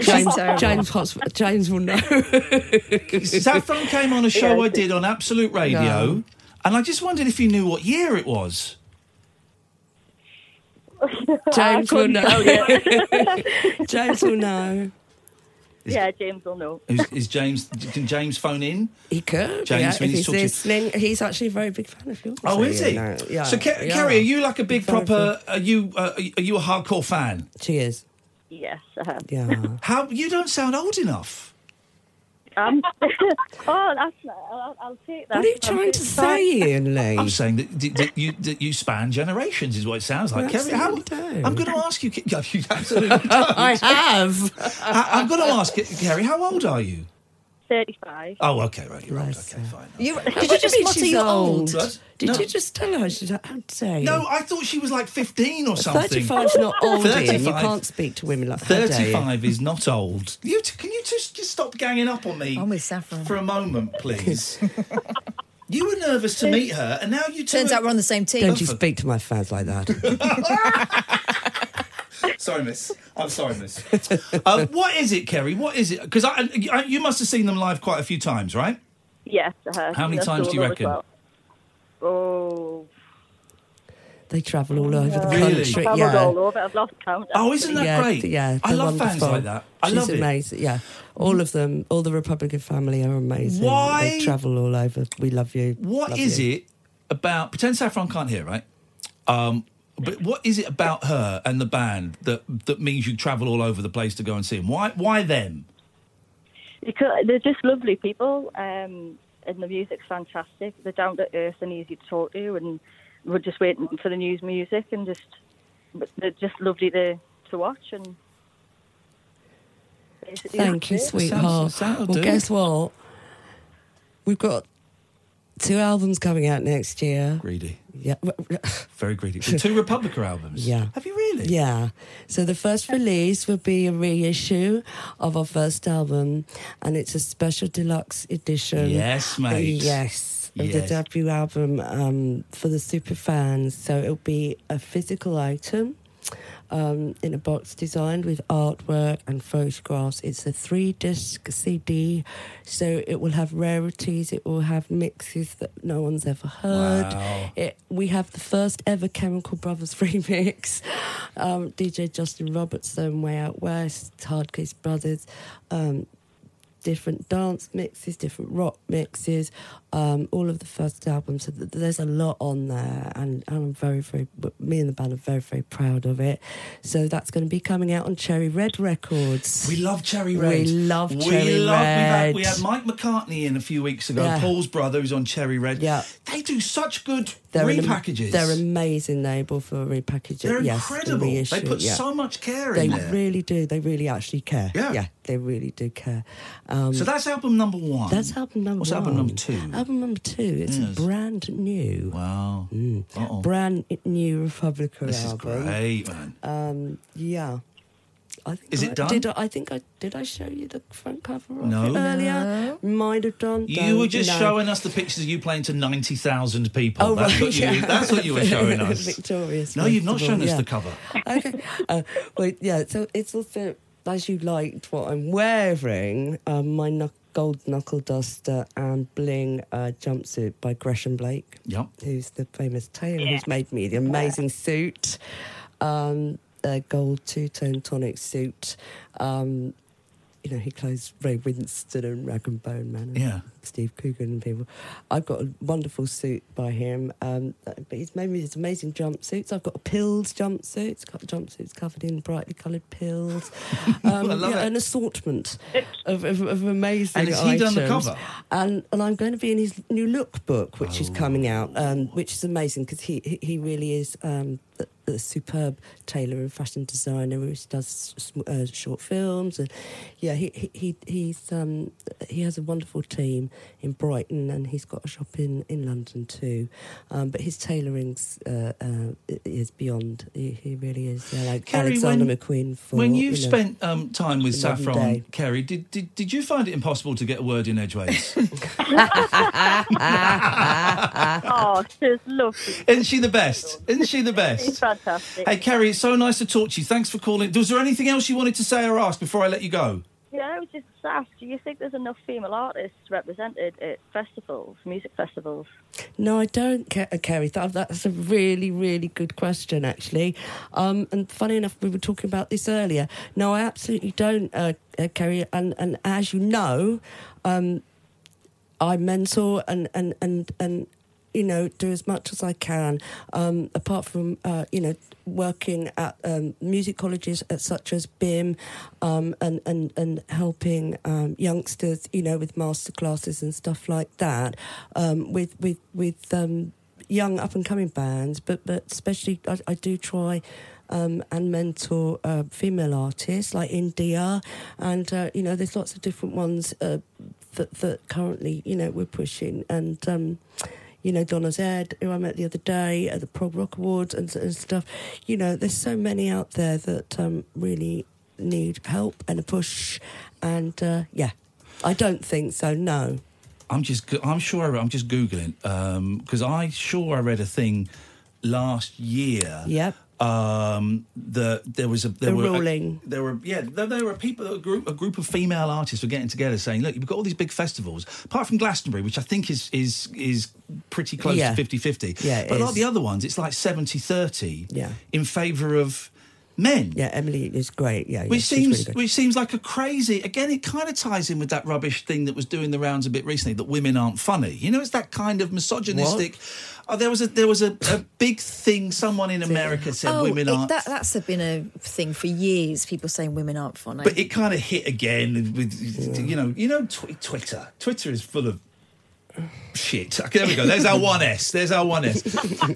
S7: James, James, Hots- James will know.
S6: Saffron came on a show I did on Absolute Radio,
S7: No.
S6: and I just wondered if you knew what year it was.
S14: I
S7: James will
S14: couldn't
S7: know.
S14: tell you.
S7: James will know.
S14: yeah, James will know.
S6: Is, is James? Can James phone in?
S7: He could.
S6: James,
S7: yeah,
S6: we need to
S7: if he's
S6: talk to you.
S7: listening, he's actually a very big fan of yours.
S6: Oh,
S7: so
S6: is
S7: you
S6: he?
S7: know, yeah.
S6: so, Ke-
S7: yeah.
S6: Kerry, are you like a big
S7: Very
S6: proper? Are you uh, are you a hardcore fan?
S7: She is.
S14: Yes, uh-huh. I have.
S7: Yeah.
S6: How you don't sound old enough.
S14: Um, oh, that's, I'll, I'll take that.
S6: What are you
S14: I'm
S6: trying
S14: just
S6: to
S14: sorry.
S7: Ian Lee.
S6: I'm saying that, that, that you that you span generations is what it sounds like.
S7: I
S6: Kerry, how,
S7: absolutely
S6: I'm
S7: don't.
S6: going to ask you. Ke- No, you absolutely don't.
S7: I have.
S6: I, am going to ask you, Kerry. How old are you?
S14: 35.
S6: Oh, okay, right. You're right. Okay, fine.
S8: You,
S7: What
S6: you
S7: do
S6: just
S7: mean
S6: mutter
S7: she's
S6: you're old?
S7: old?
S6: What?
S7: Did
S6: No.
S7: you just tell her? She's like, how dare you?
S6: No, I thought she was like 15 or something.
S7: 35's not old, Ian. You
S6: 35.
S7: can't speak to women like that. dare you?
S6: 35 is not old. You t- can you just, just stop ganging up on me?
S8: I'm with Saffron.
S6: for a moment, please. you were nervous to meet her, and now you two
S8: Turns
S6: are-
S8: out we're on the same team.
S7: Don't you speak to my fans like that.
S6: Sorry, miss. I'm sorry, miss. um, what is it, Kerry? What is it? Because I, I, you must have seen them live quite a few times, right?
S14: Yes, I have.
S6: How many
S14: That's
S6: times do you
S14: all as
S6: reckon?
S14: well. Oh,
S7: They travel all over the
S6: Really?
S7: country.
S14: I've
S7: Yeah.
S14: all over. I've lost count.
S6: Oh, isn't that
S7: yeah,
S6: great?
S7: Yeah,
S6: I
S7: they're
S6: love fans
S7: wonderful.
S6: like that. I
S7: She's
S6: love it.
S7: amazing. Yeah, all of them, all the Republican family are amazing.
S6: Why-
S7: they travel all over? We love you.
S6: What is it about? Pretend Saffron can't hear, right? Um, but what is it about her and the band that that means you travel all over the place to go and see them? Why? Why them?
S14: Because they're just lovely people, um, and the music's fantastic. They're down to earth and easy to talk to, and we're just waiting for the news music, and just but they're just lovely to to watch. And basically
S7: Thank
S14: that's
S7: you,
S14: it.
S7: sweetheart. well, guess what? We've got two albums coming out next year.
S6: Greedy.
S7: Yeah.
S6: Very greedy. The two Republica albums.
S7: Yeah.
S6: Have you really?
S7: Yeah. So the first release will be a reissue of our first album, and it's a special deluxe edition.
S6: Yes, mate.
S7: Uh, Yes. Of
S6: Yes.
S7: the debut album um, for the super fans. So it'll be a physical item um, in a box designed with artwork and photographs. It's a three disc CD, so it will have rarities, it will have mixes that no one's ever heard.
S5: Wow.
S7: It, we have the first ever Chemical Brothers remix. Um, DJ Justin Robertson, Way Out West, Hard Case Brothers, um, different dance mixes, different rock mixes, um, all of the first album. So th- there's a lot on there, and, and I'm very, very, me and the band are very, very proud of it. So that's going to be coming out on Cherry Red Records.
S6: We love Cherry Red.
S7: We love
S6: We
S7: Cherry
S6: love- we've
S7: Red.
S6: had- We had Mike McCartney in a few weeks ago.
S7: Yeah.
S6: Paul's brother who's on Cherry Red. Yeah. They do such good
S7: an-
S6: repackages.
S7: they're amazing, They're able for repackages.
S6: They're
S7: yes, the
S6: incredible.
S7: reissue,
S6: they put
S7: yeah.
S6: so much care
S7: They
S6: in there.
S7: really do. They really actually care.
S6: Yeah.
S7: yeah they really do care. Um,
S6: so that's album number one.
S7: That's album number
S6: What's
S7: one.
S6: album number two?
S7: Album number two. It's
S6: Yes.
S7: brand new.
S6: Wow. Uh-oh.
S7: Mm. Brand new Republica
S6: This is
S7: album.
S6: great, man.
S7: Um, yeah. I think
S6: Is
S7: I,
S6: it done?
S7: Did I, I think I did I show you the front cover of
S6: No.
S7: it earlier? Might have done.
S6: You
S7: don't
S6: were just
S7: know.
S6: showing us the pictures of you playing to 90,000 people.
S7: Oh,
S6: that's,
S7: right,
S6: what you,
S7: yeah.
S6: that's what you were showing us.
S7: Victorious.
S6: No, you've not
S7: Festival,
S6: shown us
S7: yeah.
S6: the cover.
S7: okay. Uh, well, yeah. So it's also as you liked what I'm wearing, um, my knuck- gold knuckle duster and bling uh, jumpsuit by Gresham Blake.
S6: Yep.
S7: Who's the famous tailor who's made me the amazing suit, um, a gold two tone tonic suit. Um, you know, he closed Ray Winston and Rag and Bone Man and
S6: Yeah.
S7: Steve Coogan and people. I've got a wonderful suit by him, um, but he's made me these amazing jumpsuits. I've got a pills jumpsuits, got jumpsuits covered in brightly coloured pills. Um,
S6: love
S7: yeah,
S6: it.
S7: An assortment of, of, of amazing
S6: And has he done the
S7: items.
S6: cover?
S7: And, and I'm going to be in his new lookbook, which
S6: Oh.
S7: is coming out, um, which is amazing because he, he- he really is um, a, a superb tailor and fashion designer who does s- uh, short films. And yeah, he, he, he, he's, um, he has a wonderful team in Brighton and he's got a shop in, in London too. Um, but his tailoring's uh, uh, i- is beyond. He, he really is yeah, like
S6: Kerry,
S7: Alexander
S6: when-
S7: McQueen for.
S6: When you've
S7: you know,
S6: spent um, time with
S7: the modern
S6: Saffron,
S7: day.
S6: Kerry, did, did, did you find it impossible to get a word in edgeways?
S14: oh, she's lovely.
S6: Isn't she the best? Isn't she the best?
S14: She's fantastic.
S6: Hey, Carrie, it's so nice to talk to you. Thanks for calling. Was there anything else you wanted to say or ask before I let you go?
S14: Yeah, I was just asked, do you think there's enough female artists represented at festivals, music festivals?
S7: No, I don't, Ke- uh, Kerry. That, that's a really, really good question, actually. Um, and funny enough, we were talking about this earlier. No, I absolutely don't, uh, uh, Kerry. And, and as you know, um, I mentor and, and, and, and, you know, do as much as I can. Um, apart from, uh, you know, working at um, music colleges at such as BIM um, and, and, and helping um, youngsters, you know, with master classes and stuff like that, um, with, with, with um, young up and coming bands, but, but especially I, I do try um, and mentor uh, female artists like India, and uh, you know, there's lots of different ones uh, that, that currently you know we're pushing, and um, you know Donna Zed, who I met the other day at the Prog Rock Awards and, and stuff. You know, there's so many out there that um, really need help and a push, and uh, yeah, I don't think so. No.
S6: I'm just. go- I'm sure. I'm just googling because I sure I read a thing last year.
S7: Yep.
S6: Um, the there was a there
S7: The
S6: were a-
S7: ruling.
S6: there were yeah there, there were people a group a group of female artists were getting together saying look you've got all these big festivals apart from Glastonbury which I think is is is pretty close
S7: Yeah.
S6: to 50-50
S7: Yeah, it
S6: but a lot
S7: is.
S6: of the other ones it's like 70-30
S7: Yeah.
S6: in favour of men
S7: Yeah, Emily is great. Yeah, yeah,
S6: which
S7: she's Uh, really
S6: seems
S7: good.
S6: which seems like a crazy again it kind of ties in with that rubbish thing that was doing the rounds a bit recently that women aren't funny you know it's that kind of misogynistic Oh, there was a there was a, a big thing someone in America said
S12: oh,
S6: women
S12: it-
S6: aren't
S12: That, that's been a thing for years. People saying women aren't funny.
S6: but it kind of hit again with you know you know tw- Twitter. Twitter is full of shit. Okay, there we go. There's our one S. There's our one S.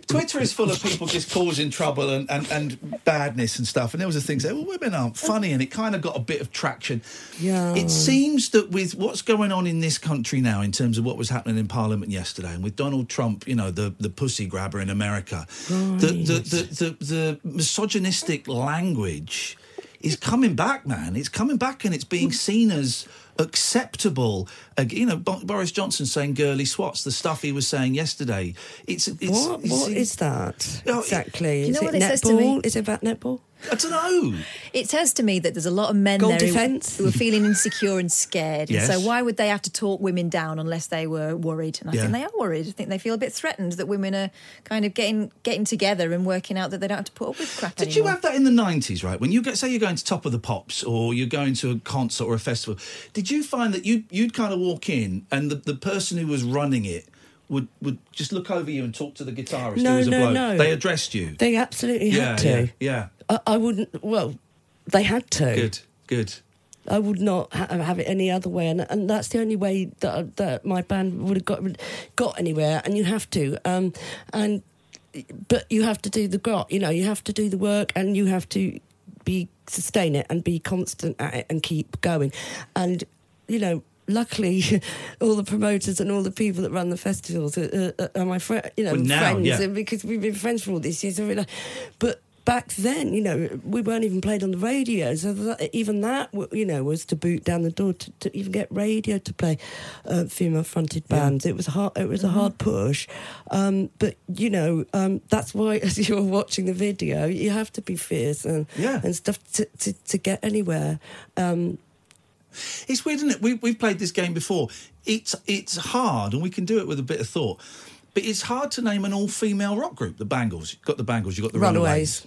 S6: Twitter is full of people just causing trouble and, and, and badness and stuff. And there was a thing saying, well, women aren't funny, and it kind of got a bit of traction.
S7: Yeah.
S6: It seems that with what's going on in this country now, in terms of what was happening in Parliament yesterday, and with Donald Trump, you know, the, the pussy grabber in America, the, the, the, the, the misogynistic language is coming back, man. It's coming back and it's being seen as acceptable. Uh, you know, Bo- Boris Johnson saying girly swats, the stuff he was saying yesterday. It's, it's
S7: What?
S6: it's-
S7: What is that? exactly.
S12: Do you
S7: is
S12: know what
S7: it
S12: it
S7: netball?
S12: says to me?
S7: Is it about netball?
S6: I don't know.
S12: It says to me that there's a lot of men
S7: Goal
S12: there who-
S7: defence.
S12: who are feeling insecure and scared.
S7: Yes.
S12: And so why would they have to talk women down unless they were worried? And I
S6: Yeah.
S12: think they are worried. I think they feel a bit threatened that women are kind of getting getting together and working out that they don't have to put up with crap
S6: Did you
S12: anymore.
S6: have that in the nineties, right? When you get, say you're going to Top of the Pops or you're going to a concert or a festival, did you find that you you'd kind of walk in and the, the person who was running it would would just look over you and talk to the guitarist
S7: No,
S6: who was
S7: no,
S6: a bloke?
S7: no.
S6: They addressed you.
S7: They absolutely
S6: yeah,
S7: had to.
S6: yeah,
S7: I, I wouldn't. Well, they had to.
S6: yeah. Good, good.
S7: I would not ha- have it any other way, and, and that's the only way that, that my band would have got got anywhere. And you have to, um, and but you have to do the grot. You know, you have to do the work, and you have to be sustain it and be constant at it and keep going. And you know, luckily, all the promoters and all the people that run the festivals are, are, are my friend. You know,
S6: Well, now,
S7: friends
S6: yeah.
S7: and because we've been friends for all these years. I realise- But back then, you know, we weren't even played on the radio. So that, even that, w- you know, was to boot down the door to, to even get radio to play uh, female-fronted bands. It was hard. It was a hard push. Um, but you know, um, that's why as you're watching the video, you have to be fierce and and stuff to, to, to get anywhere. Um,
S6: It's weird, isn't it? We, we've played this game before. It's it's hard, and we can do it with a bit of thought. But it's hard to name an all-female rock group. The Bangles, you've got the Bangles, you've got the Runaways.
S7: Runaways.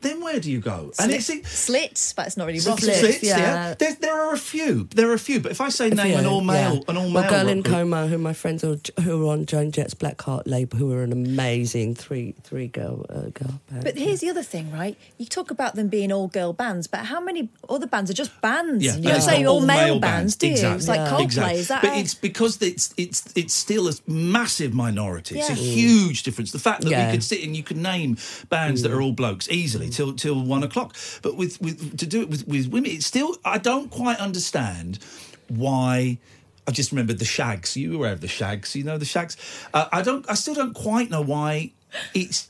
S6: Then where do you go?
S12: Slit-
S6: it's
S12: slits, but it's not really rock.
S6: Slits, yeah. There, there are a few. There are a few. But if I say name an all-male, an all-male
S7: well, girl
S6: rock
S7: in
S6: group-
S7: coma, who my friends are, who are on Joan Jett's Black Heart label, who are an amazing three three girl uh, girl band.
S12: But here's the other thing, right? You talk about them being all girl bands, but how many other bands are just bands?
S6: Yeah,
S12: you
S6: but
S12: don't
S6: it's
S12: say
S6: not
S12: all male bands, do you?
S6: Exactly.
S12: It's like Coldplay.
S6: Exactly.
S12: Is that
S6: but
S12: how-
S6: it's because it's it's it's still a massive minority. It's a
S12: Yeah. Mm.
S6: huge difference. The fact that
S7: Yeah.
S6: we could sit and you could name bands that are all blokes easily
S12: Mm.
S6: till till one o'clock. But with with to do it with with women, it's still I don't quite understand why. I just remembered the Shags. You were aware of the Shags. You know the Shags. Uh, I don't. I still don't quite know why it's.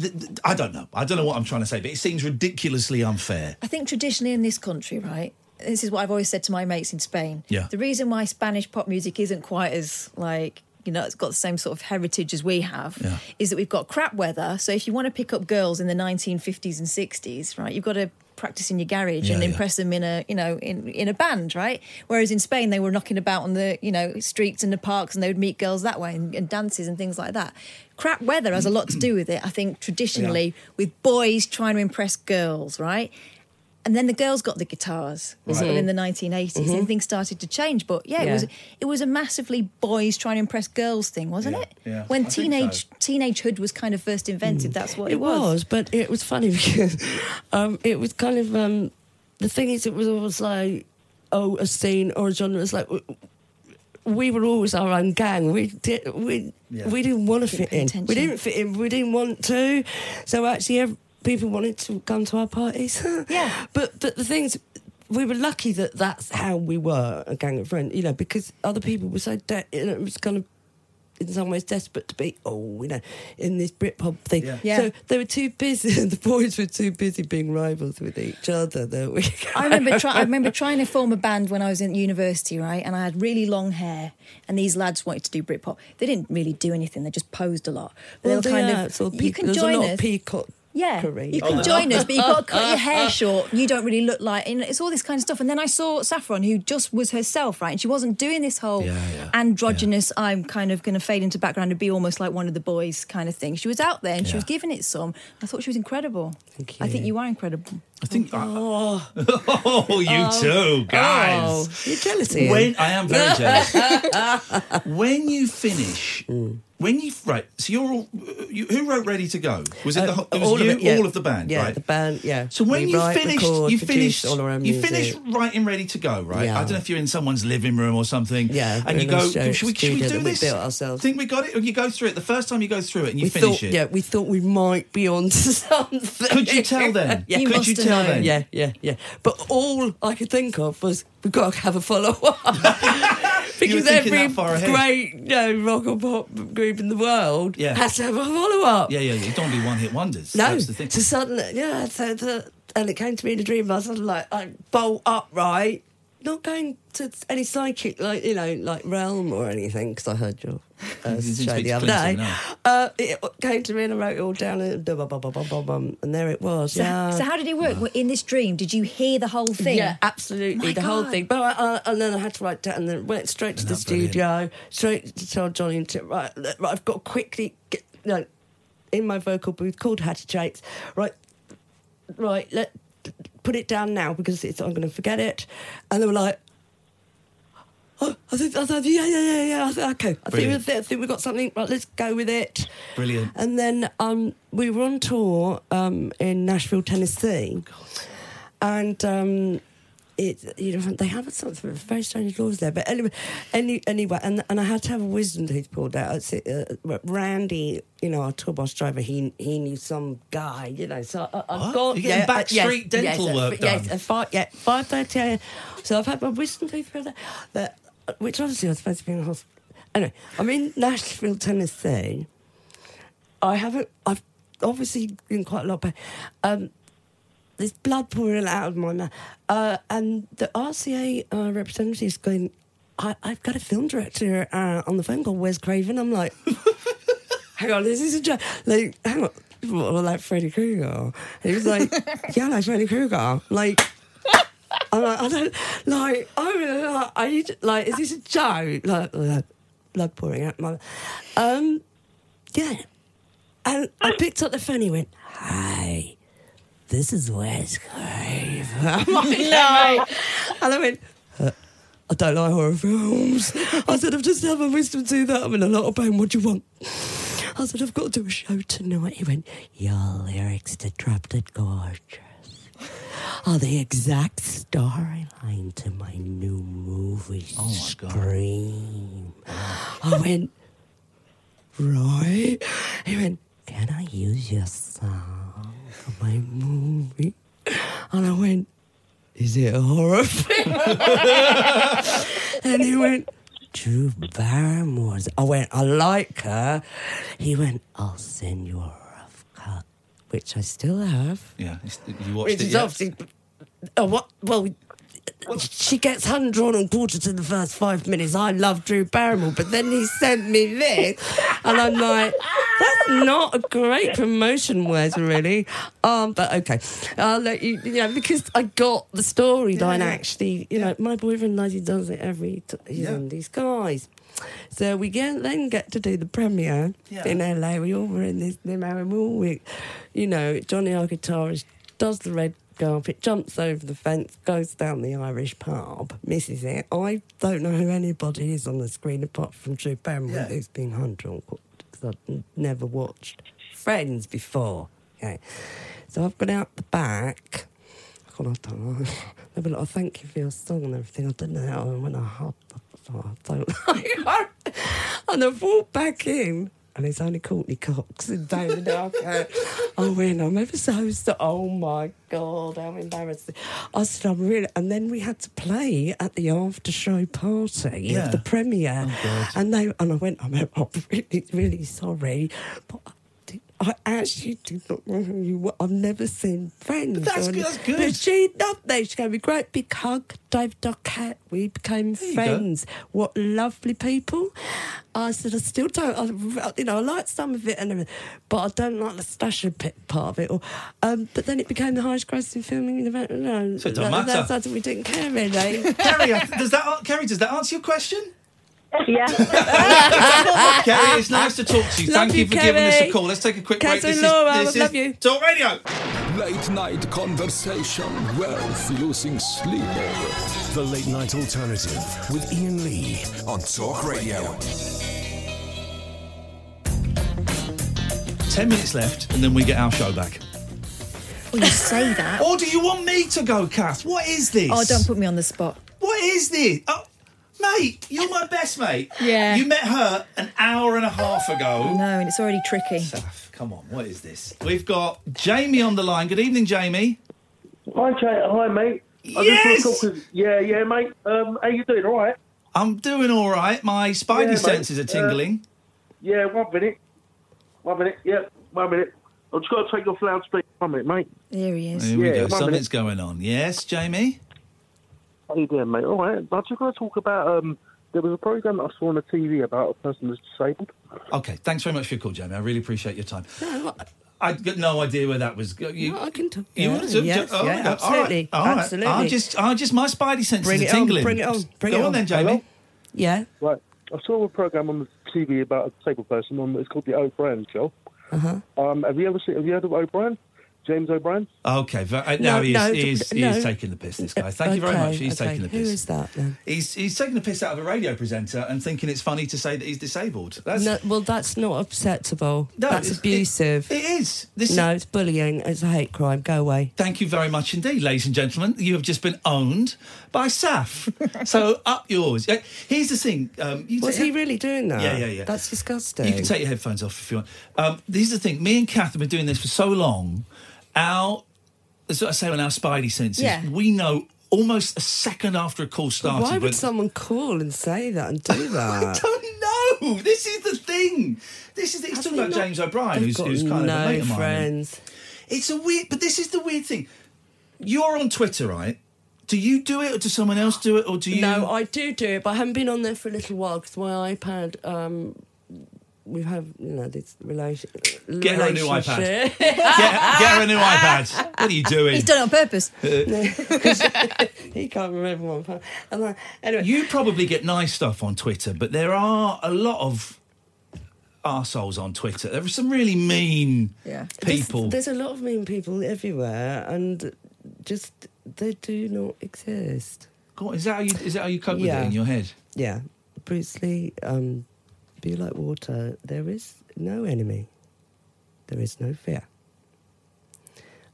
S6: th- th- I don't know. I don't know what I'm trying to say, but it seems ridiculously unfair.
S12: I think traditionally in this country, right? This is what I've always said to my mates in Spain.
S6: Yeah.
S12: The reason why Spanish pop music isn't quite as like you know, it's got the same sort of heritage as we have.
S5: Yeah.
S12: Is that we've got crap weather. So if you want to pick up girls in the 1950s and 60s, right, you've got to
S8: practice in your garage
S12: Yeah,
S8: and
S12: yeah.
S8: impress them in a you know in in a band, right? Whereas in Spain they were knocking about on the you know streets and the parks and they would meet girls that way and, and dances and things like that. Crap weather has a lot to do with it, I think, traditionally with boys trying to impress girls, right? And then the girls got the guitars
S12: Right.
S8: sort of in the 1980s,
S12: Mhm.
S8: and things started to change. But yeah,
S12: Yeah.
S8: it was it was a massively boys trying to impress girls thing, wasn't it?
S7: yeah.
S8: When
S7: I think
S8: teenage teenagehood was kind of first invented, that's what it,
S7: it was. but it was funny because um, it was kind of um, the thing is, it was always like oh, a scene or a genre. It's like w- we were always our own gang. We did we
S11: Yeah.
S7: we didn't want to fit in. We
S11: attention.
S7: didn't fit in. We didn't want to. So actually, ev people wanted to come to our parties. yeah, but but the things. We were lucky that that's how we were a gang of friends, you know, because other people were so, de- you know, it was kind of in some ways desperate to be, oh, you know, in this Britpop thing.
S8: Yeah.
S7: So they were too busy. The boys were too busy being rivals with each other. That we.
S8: I remember try- I remember trying to form a band when I was in university, right? And I had really long hair, and these lads wanted to do Britpop. They didn't really do anything; they just posed a lot. But
S7: Well,
S8: they
S7: they
S8: were kind
S7: are,
S8: of
S7: it's all
S8: you
S7: peac-
S8: can
S7: there's a
S8: join
S7: lot of
S8: us.
S7: peacock
S8: yeah, you
S7: Oh,
S8: can
S7: no.
S8: join us, but you've got to cut your hair short. You don't really look like, and it's all this kind of stuff. And then I saw Saffron, who just was herself, right? And she wasn't doing this whole androgynous. I'm kind of going to fade into background and be almost like one of the boys kind of thing. She was out there and she
S6: Yeah.
S8: was giving it some. I thought she was incredible. Thank you. I think you are incredible.
S6: I think.
S7: Oh,
S6: oh, you
S8: Oh.
S6: too, guys.
S8: Oh,
S7: you're jealous.
S8: Ian.
S6: When I am very jealous. when you finish,
S7: Mm.
S6: when you right, so you're all. uh, You, who wrote "Ready to Go"? Was
S7: Uh,
S6: it the whole? It was you,
S7: yeah.
S6: all of the band,
S7: Yeah,
S6: right?
S7: the band. Yeah.
S6: So when
S7: We
S6: you
S7: write,
S6: finished,
S7: record,
S6: you
S7: produce
S6: finished,
S7: all our own
S6: you
S7: music.
S6: finished writing "Ready to Go," right?
S7: Yeah.
S6: I don't know if you're in someone's living room or something, yeah.
S7: we're
S6: And you
S7: in
S6: go,
S7: our show
S6: should we, should we
S7: studio
S6: do
S7: that we
S6: this?
S7: built ourselves."
S6: Think we got it? Or you go through it the first time you go through it and you
S7: we
S6: finish
S7: thought,
S6: it.
S7: yeah, we thought we might be on to something.
S6: Could you tell them? You Could must you have tell known. them?
S7: Yeah, yeah, yeah. But all I could think of was we've got to have a follow up
S6: You were
S7: because
S6: thinking
S7: every
S6: that far ahead.
S7: great you know, rock or pop group in the world
S6: Yeah.
S7: has to have a follow up.
S6: Yeah, yeah, you don't be one hit wonders.
S7: No,
S6: That's the thing.
S7: so suddenly, yeah. So the, and it came to me in a dream. I was suddenly like, I bolt upright, not going to any psychic, like you know, like realm or anything, because I heard your uh,
S6: You didn't
S7: show
S6: speak
S7: the
S6: to
S7: other
S6: Clinton,
S7: day.
S6: no.
S7: Uh, it came to me and I wrote it all down, and, bum, bum, bum, bum, bum, bum, and there it was.
S8: So,
S7: yeah.
S8: so how did it work? Well, In this dream, did you hear the whole thing?
S7: Yeah, absolutely,
S8: My
S7: the whole
S8: God.
S7: thing. But I, I, and then I had to write down, and then went straight to the studio, straight to tell Johnny and Tim, right, look, right, I've got to quickly get, no, in my vocal booth called Hattie Chates, right, right, let put it down now because it's, I'm going to forget it. And they were like, oh, I think, I think, yeah, yeah, yeah, yeah, I think, okay, I think, we- I
S6: Brilliant.
S7: think, I think we've got something, right, let's go with it.
S6: Brilliant.
S7: And then um, we were on tour um, in Nashville, Tennessee, and um, it you know they have some sort of very strange laws there. But anyway, any, anyway, and and I had to have a wisdom tooth pulled out. It's, uh, Randy, you know, our tour bus driver, he he knew some guy, you know. So I, I've
S6: What?
S7: got
S6: You're getting backstreet dental
S7: yes,
S6: work
S7: yes,
S6: done.
S7: uh, five, yeah, five thirty. a.m. So I've had my wisdom tooth pulled out, that, which obviously I was supposed to be in the hospital. Anyway, I'm in Nashville, Tennessee. I haven't. I've obviously been quite a lot, but um, there's blood pouring out of my mouth. Uh, and the RCA uh, representative's going, I, I've got a film director uh, on the phone called Wes Craven. I'm like, hang on, this is a joke. Like, hang on. Well, like Freddy Krueger. And he was like, yeah, like Freddy Krueger. Like, I'm like, I don't, like, I really, like, I need, to- like, is this a joke? Like, like, blood pouring out my, um, yeah. And I picked up the phone, he went, hi, this is Wes Craven. I'm like, no. And I went, "Uh, I don't like horror films. I said, I've just had my wisdom tooth out. I'm in a lot of pain. What do you want? I said, I've got to do a show tonight. He went, Your lyrics to Trapped and Gorgeous are the exact storyline to my new movie, oh my Scream. I went, Right? He went, Can I use your song for my movie? And I went, Is it a horror film? and he went, Drew Barrymore's. I went, I like her. He went, I'll send you a rough cut, which I still have.
S6: Yeah, it's- you watched
S7: Which
S6: it.
S7: is
S6: yeah?
S7: obviously. Oh, what? Well, she gets hung, drawn, and quartered in the first five minutes. I love Drew Barrymore, but then he sent me this, and I'm like, That's not a great promotion, Wes, really. Um, but okay, I'll let you. You know, because I got the storyline.
S6: Yeah.
S7: Actually, you know, my boyfriend Lizzie does it every. T- he's
S6: Yeah.
S7: on these guys. So we get, then get to do the premiere
S6: Yeah.
S7: in LA. We all were in this limo and we all, we, you know, Johnny, our guitarist, does the red carpet, jumps over the fence, goes down the Irish pub, misses it. I don't know who anybody is on the screen apart from Drew Barrymore,
S15: Yeah.
S7: who's been hunted on because I've never watched Friends before. Okay. So I've gone out the back. God, I don't know. They'll be like, oh, thank you for your song and everything. I didn't know how I went, I had I don't and I've walked back in, and it's only Courtney Cox and David Arquette. I went, I'm ever so sorry. Oh my God, how embarrassing. I said, I'm really. And then we had to play at the after show party
S15: Yeah.
S7: of the premiere. and they and I went, I'm, I'm really, really sorry. But I did- I actually did not know who you were. I've never seen friends.
S6: But that's
S7: And-
S6: good- that's good.
S7: But she loved me. She gave me a great big hug. Dave Duckett. We became
S6: you go.
S7: friends. What lovely people. I said, I still don't, I, you know, I like some of it and everything, but I don't like the stasher pit part of it. Or, um, but then it became the highest grossing filming in the no,
S6: So it don't
S7: that-
S6: matter.
S7: That's, we didn't care really.
S6: Kerry, I- does that an- Kerry? Does that answer your question?
S14: Yeah.
S6: Kerry, it's nice to talk to you.
S7: Love
S6: Thank you
S7: you,
S6: for giving us a
S7: Kerry.
S6: call. Let's take a quick break.
S7: Catherine Laura, I love
S6: you. Talk Radio.
S16: Late night conversation, wealth, losing sleep over.
S2: The Late Night Alternative with Ian Lee on Talk Radio.
S6: 10 minutes left, and then we get our show back.
S8: Well, Oh, you say that.
S6: Or Oh, do you want me to go, Kath? What is this?
S8: Oh, don't put me on the spot.
S6: What is this? Oh, mate, you're my best mate.
S8: Yeah.
S6: You met her an hour and a half ago.
S8: No, and it's already tricky.
S6: Come on, what is this? We've got Jamie on the line. Good evening, Jamie.
S4: Hi, Jay. Hi, mate. I
S6: Yes!
S4: just want to talk with, yeah, yeah, mate. Um, how you doing? All right?
S6: I'm doing all right. My
S4: Yeah,
S6: spidey
S4: mate. Uh,
S6: senses are tingling.
S4: Yeah, one minute. One minute. Yeah, one minute. I've just got to take off loudspeaker. One minute, mate.
S8: There he is.
S6: Here we
S4: Uh, yeah,
S6: go.
S4: one
S6: Something's going on. Yes, Jamie.
S4: How you doing, mate? All right. I just want to talk about um. There was a program that I saw on the TV about a person who's disabled.
S6: Okay. Thanks very much for your call, Jamie. I really appreciate your time. I've got no idea where that was. go- You,
S7: I can talk.
S6: you
S7: Yeah,
S6: want to?
S7: yes,
S6: oh,
S7: yeah,
S6: all right,
S7: absolutely,
S6: all right.
S7: absolutely.
S6: I just, I just, my spidey senses
S7: Bring
S6: are
S7: it on,
S6: tingling.
S7: bring it on, bring
S6: go
S7: it
S6: on,
S7: on.
S6: then, Jamie.
S7: Yeah.
S4: Right. I saw a program on the TV about a disabled person. On it's called the O'Brien Show.
S7: Uh huh.
S4: Um, have you ever seen? Have you heard of O'Brien? James O'Brien.
S6: Okay, ver- uh, now
S4: No,
S6: he is,
S4: no,
S6: he is, he
S4: no.
S6: is taking the piss, this guy. Thank you very
S7: Okay,
S6: much. He's
S7: okay.
S6: taking the
S7: Who
S6: piss.
S7: is that then?
S6: He's, he's taking the piss out of a radio presenter and thinking it's funny to say that he's disabled. That's,
S7: No, well, that's not acceptable.
S6: No,
S7: that's
S6: it's- it-
S7: abusive.
S6: it is. This
S7: no, it's bullying. It's a hate crime. Go away.
S6: Thank you very much indeed, ladies and gentlemen. You have just been owned by Saf. so up yours. Uh, Here's the thing. Um, you
S7: Was
S6: take-
S7: he really doing that?
S6: Yeah, yeah, yeah.
S7: That's disgusting.
S6: You can take your headphones off if you want. Um, here's the thing. Me and Kath have been doing this for so long. Our, as I say, on our spidey senses,
S7: Yeah.
S6: we know almost a second after a call started.
S7: Why would
S6: whether-
S7: someone call and say that and do
S6: I
S7: that?
S6: don't know. This is the thing. This is the, it's talking about James O'Brien,
S7: They've
S6: who's,
S7: got
S6: who's kind of
S7: no
S6: a mate of mine.
S7: friends.
S6: It's a weird, but this is the weird thing. You're on Twitter, right? Do you do it, or does someone else do it, or do you?
S7: No, I do do it, but I haven't been on there for a little while because my iPad. Um, we have, you know, this relation.
S6: Get her a new iPad.
S7: relationship.
S6: Get her a new iPad. What are you doing?
S7: He's done it on purpose.
S6: Uh,
S7: he can't remember one part. And I, anyway,
S6: you probably get nice stuff on Twitter, but there are a lot of arseholes on Twitter. There are some really mean
S7: There's-
S6: people.
S7: There's, a lot of mean people everywhere, and just they do not exist.
S6: God, is that how you is that how you cope with
S7: Yeah.
S6: it in your head?
S7: Yeah, Bruce Lee. Um, be like water. There is no enemy. There is no fear.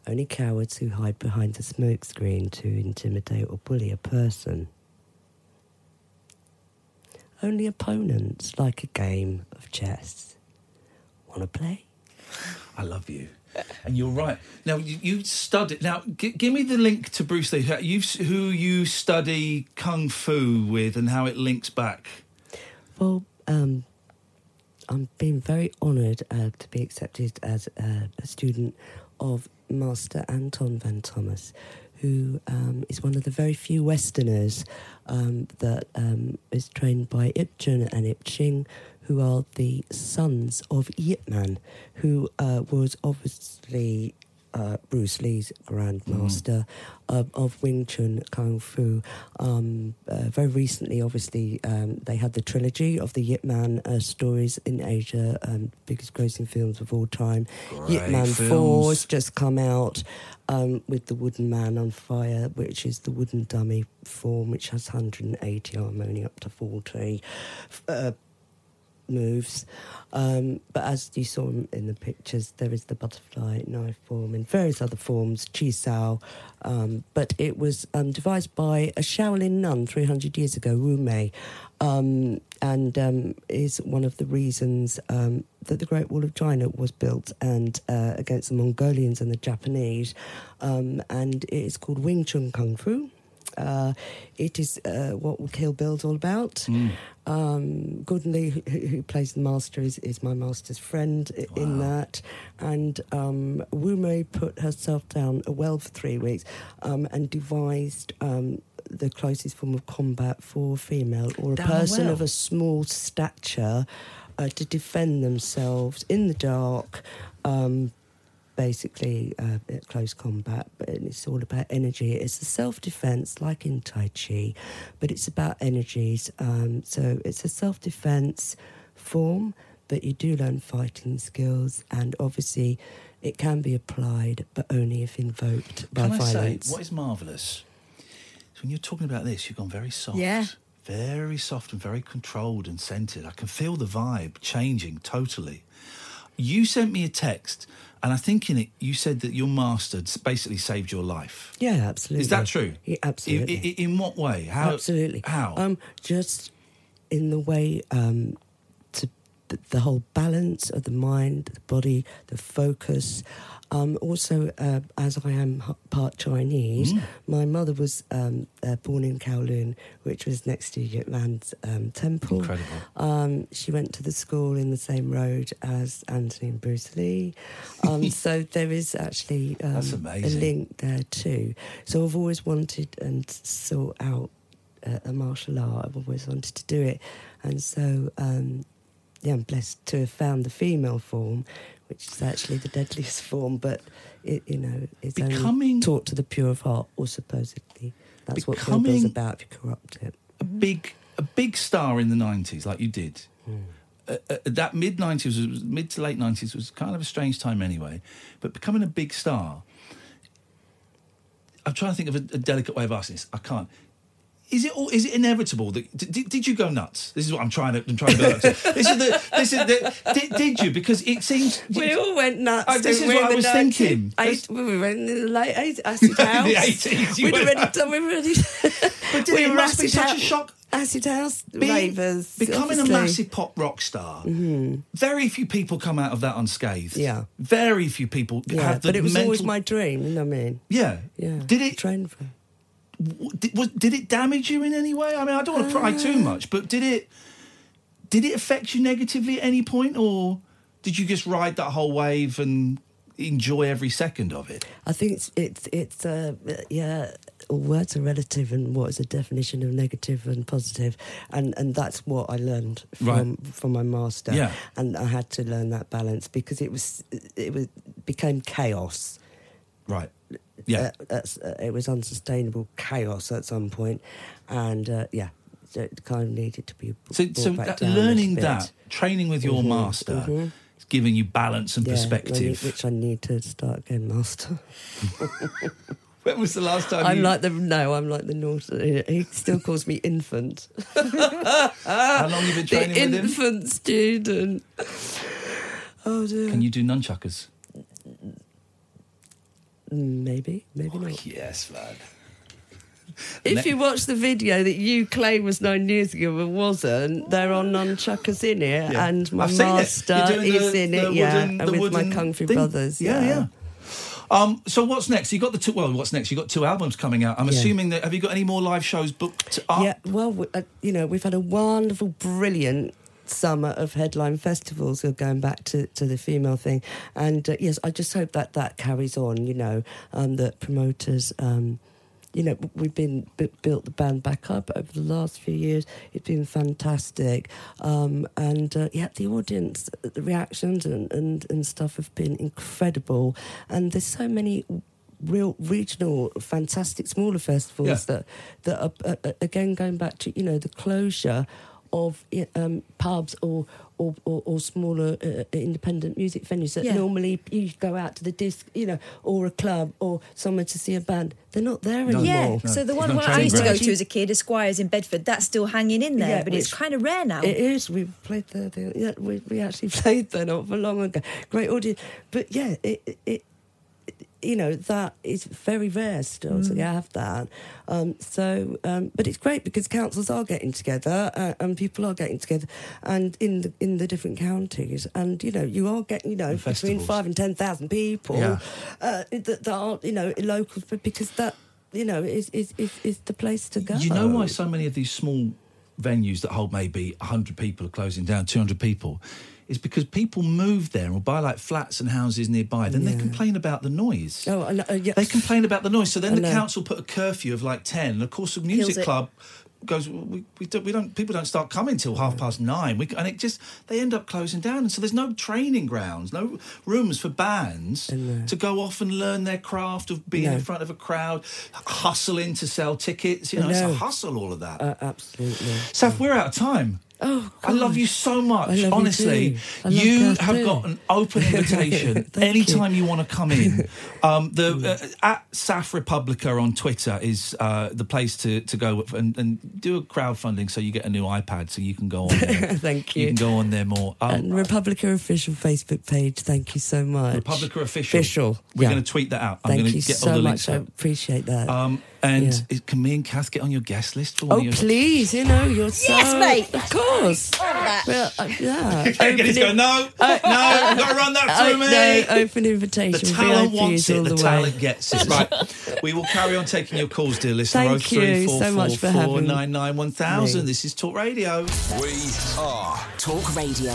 S7: Only cowards who hide behind the smoke screen to intimidate or bully a person. Only opponents, like a game of chess. Want to play?
S6: I love you. And you're right. Now you, you study. Now g- give me the link to Bruce Lee. Who you who you study kung fu with, and how it links back.
S7: Well, um, I'm being very honoured uh, to be accepted as uh, a, a student of Master Anton van Thomas, who um, is one of the very few Westerners um, that um, is trained by Ip Chun and Ip Ching, who are the sons of Yip Man, who uh, was obviously uh, Bruce Lee's grandmaster um, of Wing Chun Kung Fu. Um, uh, very recently, obviously, um, they had the trilogy of the Yip Man uh, stories in Asia, um, biggest grossing films of all time. Yip
S5: Great
S7: Man
S5: films.
S7: 4 has just come out um, with The Wooden Man on Fire, which is the wooden dummy form, which has 180 harmony up to 40. Uh, moves. Um, but as you saw in- in the pictures, there is the butterfly knife form and various other forms, chi sao. Um, but it was um, devised by a Shaolin nun 300 years ago, Wu Mei, um, and um, is one of the reasons um, that the Great Wall of China was built and uh, against the Mongolians and the Japanese. Um, and it is called Wing Chun Kung Fu. Uh, it is uh, what Kill Bill's all about. Um, Gordon Lee, who, who- who plays the master, is, is my master's friend i- in that. And um, Wu Mei put herself down a well for three weeks um, and devised um, the closest form of combat for a female or a
S5: Down a
S7: person
S5: well.
S7: of a small stature uh, to defend themselves in the dark. Um, basically uh, at close combat, but it's all about energy. It's a self defense, like in Tai Chi, but it's about energies. Um, so it's a self defense form, but you do learn fighting skills, and obviously it can be applied, but only if invoked by
S6: Can I
S7: violence.
S6: say what is marvelous? is When you're talking about this, you've gone very soft.
S7: Yeah.
S6: Very soft and very controlled and centered. I can feel the vibe changing totally. You sent me a text, and I think in it you said that your master had s- basically saved your life.
S7: yeah, absolutely.
S6: Is that true?
S7: Yeah, absolutely.
S6: In, in- in what way? How?
S7: Absolutely.
S6: How?
S7: Um, just in the way um, to the whole balance of the mind, the body, the focus. Um, also, uh, as I am h- part Chinese,
S6: Mm.
S7: my mother was um, uh, born in Kowloon, which was next to Yip Man's um, temple.
S6: Incredible.
S7: Um, she went to the school in the same road as Anthony and Bruce Lee. Um, so there is actually um,
S6: That's amazing.
S7: a link there too. So I've always wanted and sought out uh, a martial art. I've always wanted to do it. And so, um, yeah, I'm blessed to have found the female form, which is actually the deadliest form, but it, you know, it's only
S6: Becoming-
S7: taught to the pure of heart, or supposedly. That's what Kill
S6: Becoming-
S7: Bill's about if you corrupt it.
S6: a big a big star in the 90s like you did
S5: 嗯
S6: uh, uh, that mid 90s was mid to late 90s was kind of a strange time anyway but becoming a big star i'm trying to think of a, a delicate way of asking this i can't is it all, is it inevitable that did, did- did you go nuts this is what i'm trying to i'm trying to go up to. this is the this is the did, did you because it seems
S7: We all went nuts.
S6: I- Oh, this
S7: didn't
S6: is
S7: we, in
S6: what i
S7: the
S6: was
S7: 90s?
S6: thinking
S7: I used- we were in the late 80s, acid house.
S6: 80s, you
S7: We'd
S6: were-
S7: already done, we were already. but
S6: did it must be such a shock?
S7: Acid house
S6: Being-
S7: ravers.
S6: becoming
S7: obviously. Mm-hmm.
S6: a massive pop rock star. Very few people come out of that unscathed.
S7: Yeah.
S6: Very few people
S7: Yeah,
S6: have the
S7: but it was
S6: mental.
S7: always my dream, you know what I mean?
S6: yeah.
S7: Yeah.
S6: Did it
S7: train for?
S6: Did, was, did it damage you in any way? I mean, I don't want to pry too
S7: Uh.
S6: much, but did it did it affect you negatively at any point, or did you just ride that whole wave and enjoy every second of it?
S7: I think it's it's it's uh, yeah. Words are relative, and what is the definition of negative and positive, and and that's what I learned from
S6: Right.
S7: from my master.
S6: Yeah.
S7: and I had to learn that balance because it was it was became chaos.
S6: Right. Yeah.
S7: Uh, that's, uh, it was unsustainable chaos at some point, and uh, yeah, so it kind of needed to be.
S6: So,
S7: brought
S6: so
S7: back
S6: that,
S7: down a little
S6: learning
S7: bit.
S6: that, training with your
S7: Mhm,
S6: master,
S7: mhm.
S6: is giving you balance and
S7: Yeah,
S6: perspective.
S7: which I need to start again, master.
S6: when was the last time?
S7: I'm
S6: you...
S7: like the no, I'm like the naughty. He still calls me infant.
S6: How long you been training
S7: the
S6: with him?
S7: Infant student. Oh dear.
S6: Can you do nunchuckers?
S7: Maybe, maybe not.
S6: Yes, man.
S7: If you watch the video that you claim was nine years ago but wasn't, there are nunchuckers in it,
S6: Yeah.
S7: and my
S6: I've seen it.
S7: master
S6: You're doing
S7: is
S6: the-
S7: in
S6: the
S7: it, yeah,
S6: wooden-
S7: and
S6: the
S7: with my
S6: wooden
S7: kung fu
S6: thing.
S7: brothers,
S6: Yeah, yeah. Um, so what's next? You got the two. Well, what's next? You got two albums coming out. I'm
S7: Yeah.
S6: assuming that. Have you got any more live shows booked up?
S7: Yeah, well, we- uh, you know, we've had a wonderful, brilliant summer of headline festivals. We're going back to, to the female thing. And uh, yes, I just hope that that carries on, you know, um, that promoters. Um, you know, we've been b- built the band back up over the last few years. It's been fantastic, um, and uh, yeah, the audience, uh, the reactions and, and and stuff have been incredible. And there's so many real regional, fantastic smaller festivals
S6: Yeah.
S7: that that are uh, uh, again going back to you know the closure of i- um, pubs or or, or, or smaller uh, independent music venues that
S12: Yeah.
S7: normally you go out to the disc, you know, or a club or somewhere to see a band. They're not there
S12: No,
S7: anymore.
S12: yeah, so the one, one I used to go to as a kid, Esquires in Bedford, that's still hanging in there,
S7: Yeah,
S12: but it's
S7: which-
S12: kind of rare now.
S7: It is. We played there. The, yeah, we, we actually played there not for long ago. Great audience, but yeah, it, it, it you know that is very rare still to
S12: Mm.
S7: have that. Um, so, um, but it's great because councils are getting together uh, and people are getting together, and in the in the different counties, and you know you are getting you know between
S6: festivals.
S7: five and ten thousand people
S6: Yeah.
S7: uh, that, that aren't you know local, but because that you know is is, is is the place to go.
S6: Do you know why so many of these small venues that hold maybe 100 people are closing down, 200 people? It's because people move there or buy like flats and houses nearby. Then they
S7: Yeah.
S6: complain about the noise.
S7: Oh, I know, uh, yeah.
S6: They complain about the noise. So
S7: I
S6: then the
S7: know.
S6: council put a curfew of like 10. And of course, the
S7: Kills
S6: music
S7: it.
S6: club goes, "Well, we, we, don't, we don't, people don't start coming till half past nine. We, and it just, they end up closing down. And so there's no training grounds, no rooms for bands to go off and learn their craft of being
S7: No.
S6: in front of a crowd, hustling to sell tickets. You know, it's a
S7: No.
S6: hustle, all of that.
S7: Uh, absolutely.
S6: Saf, we're out of time.
S7: Oh,
S6: I love you so much.
S7: I love you
S6: Honestly,
S7: too. I love
S6: you
S7: girls
S6: have
S7: too.
S6: got an open invitation
S7: Thank
S6: anytime you, want to come in. Um, the uh, at Saf Republica on Twitter is uh, the place to, to go with- and, and do a crowdfunding so you get a new iPad so you can go on there.
S7: Thank
S6: you
S7: you.
S6: can go on there more. Um,
S7: and Republica official Facebook page. Thank you so much.
S6: Republica official.
S7: Official,
S6: We're
S7: yeah.
S6: going to tweet that out. I'm
S7: Thank
S6: going to
S7: you
S6: get
S7: so
S6: all the links.
S7: much. I appreciate that.
S6: out. Um, and is- can me and Kath get on your guest list for one
S7: oh
S6: of your
S7: please, you know you're so
S12: Yes, mate.
S7: Of course.
S12: that.
S7: Well, uh, yeah.
S6: You can't get it to go, no, no, you've gotta run that through
S7: uh,
S6: me.
S7: No, open invitation.
S6: The talent
S7: VIPs
S6: wants it,
S7: all
S6: the,
S7: the, way.
S6: talent gets it. Right. we will carry on taking your calls, dear listener.
S7: Thank you so much for having
S6: 0344499 1000.
S7: me.
S6: This is Talk Radio. We are Talk Radio.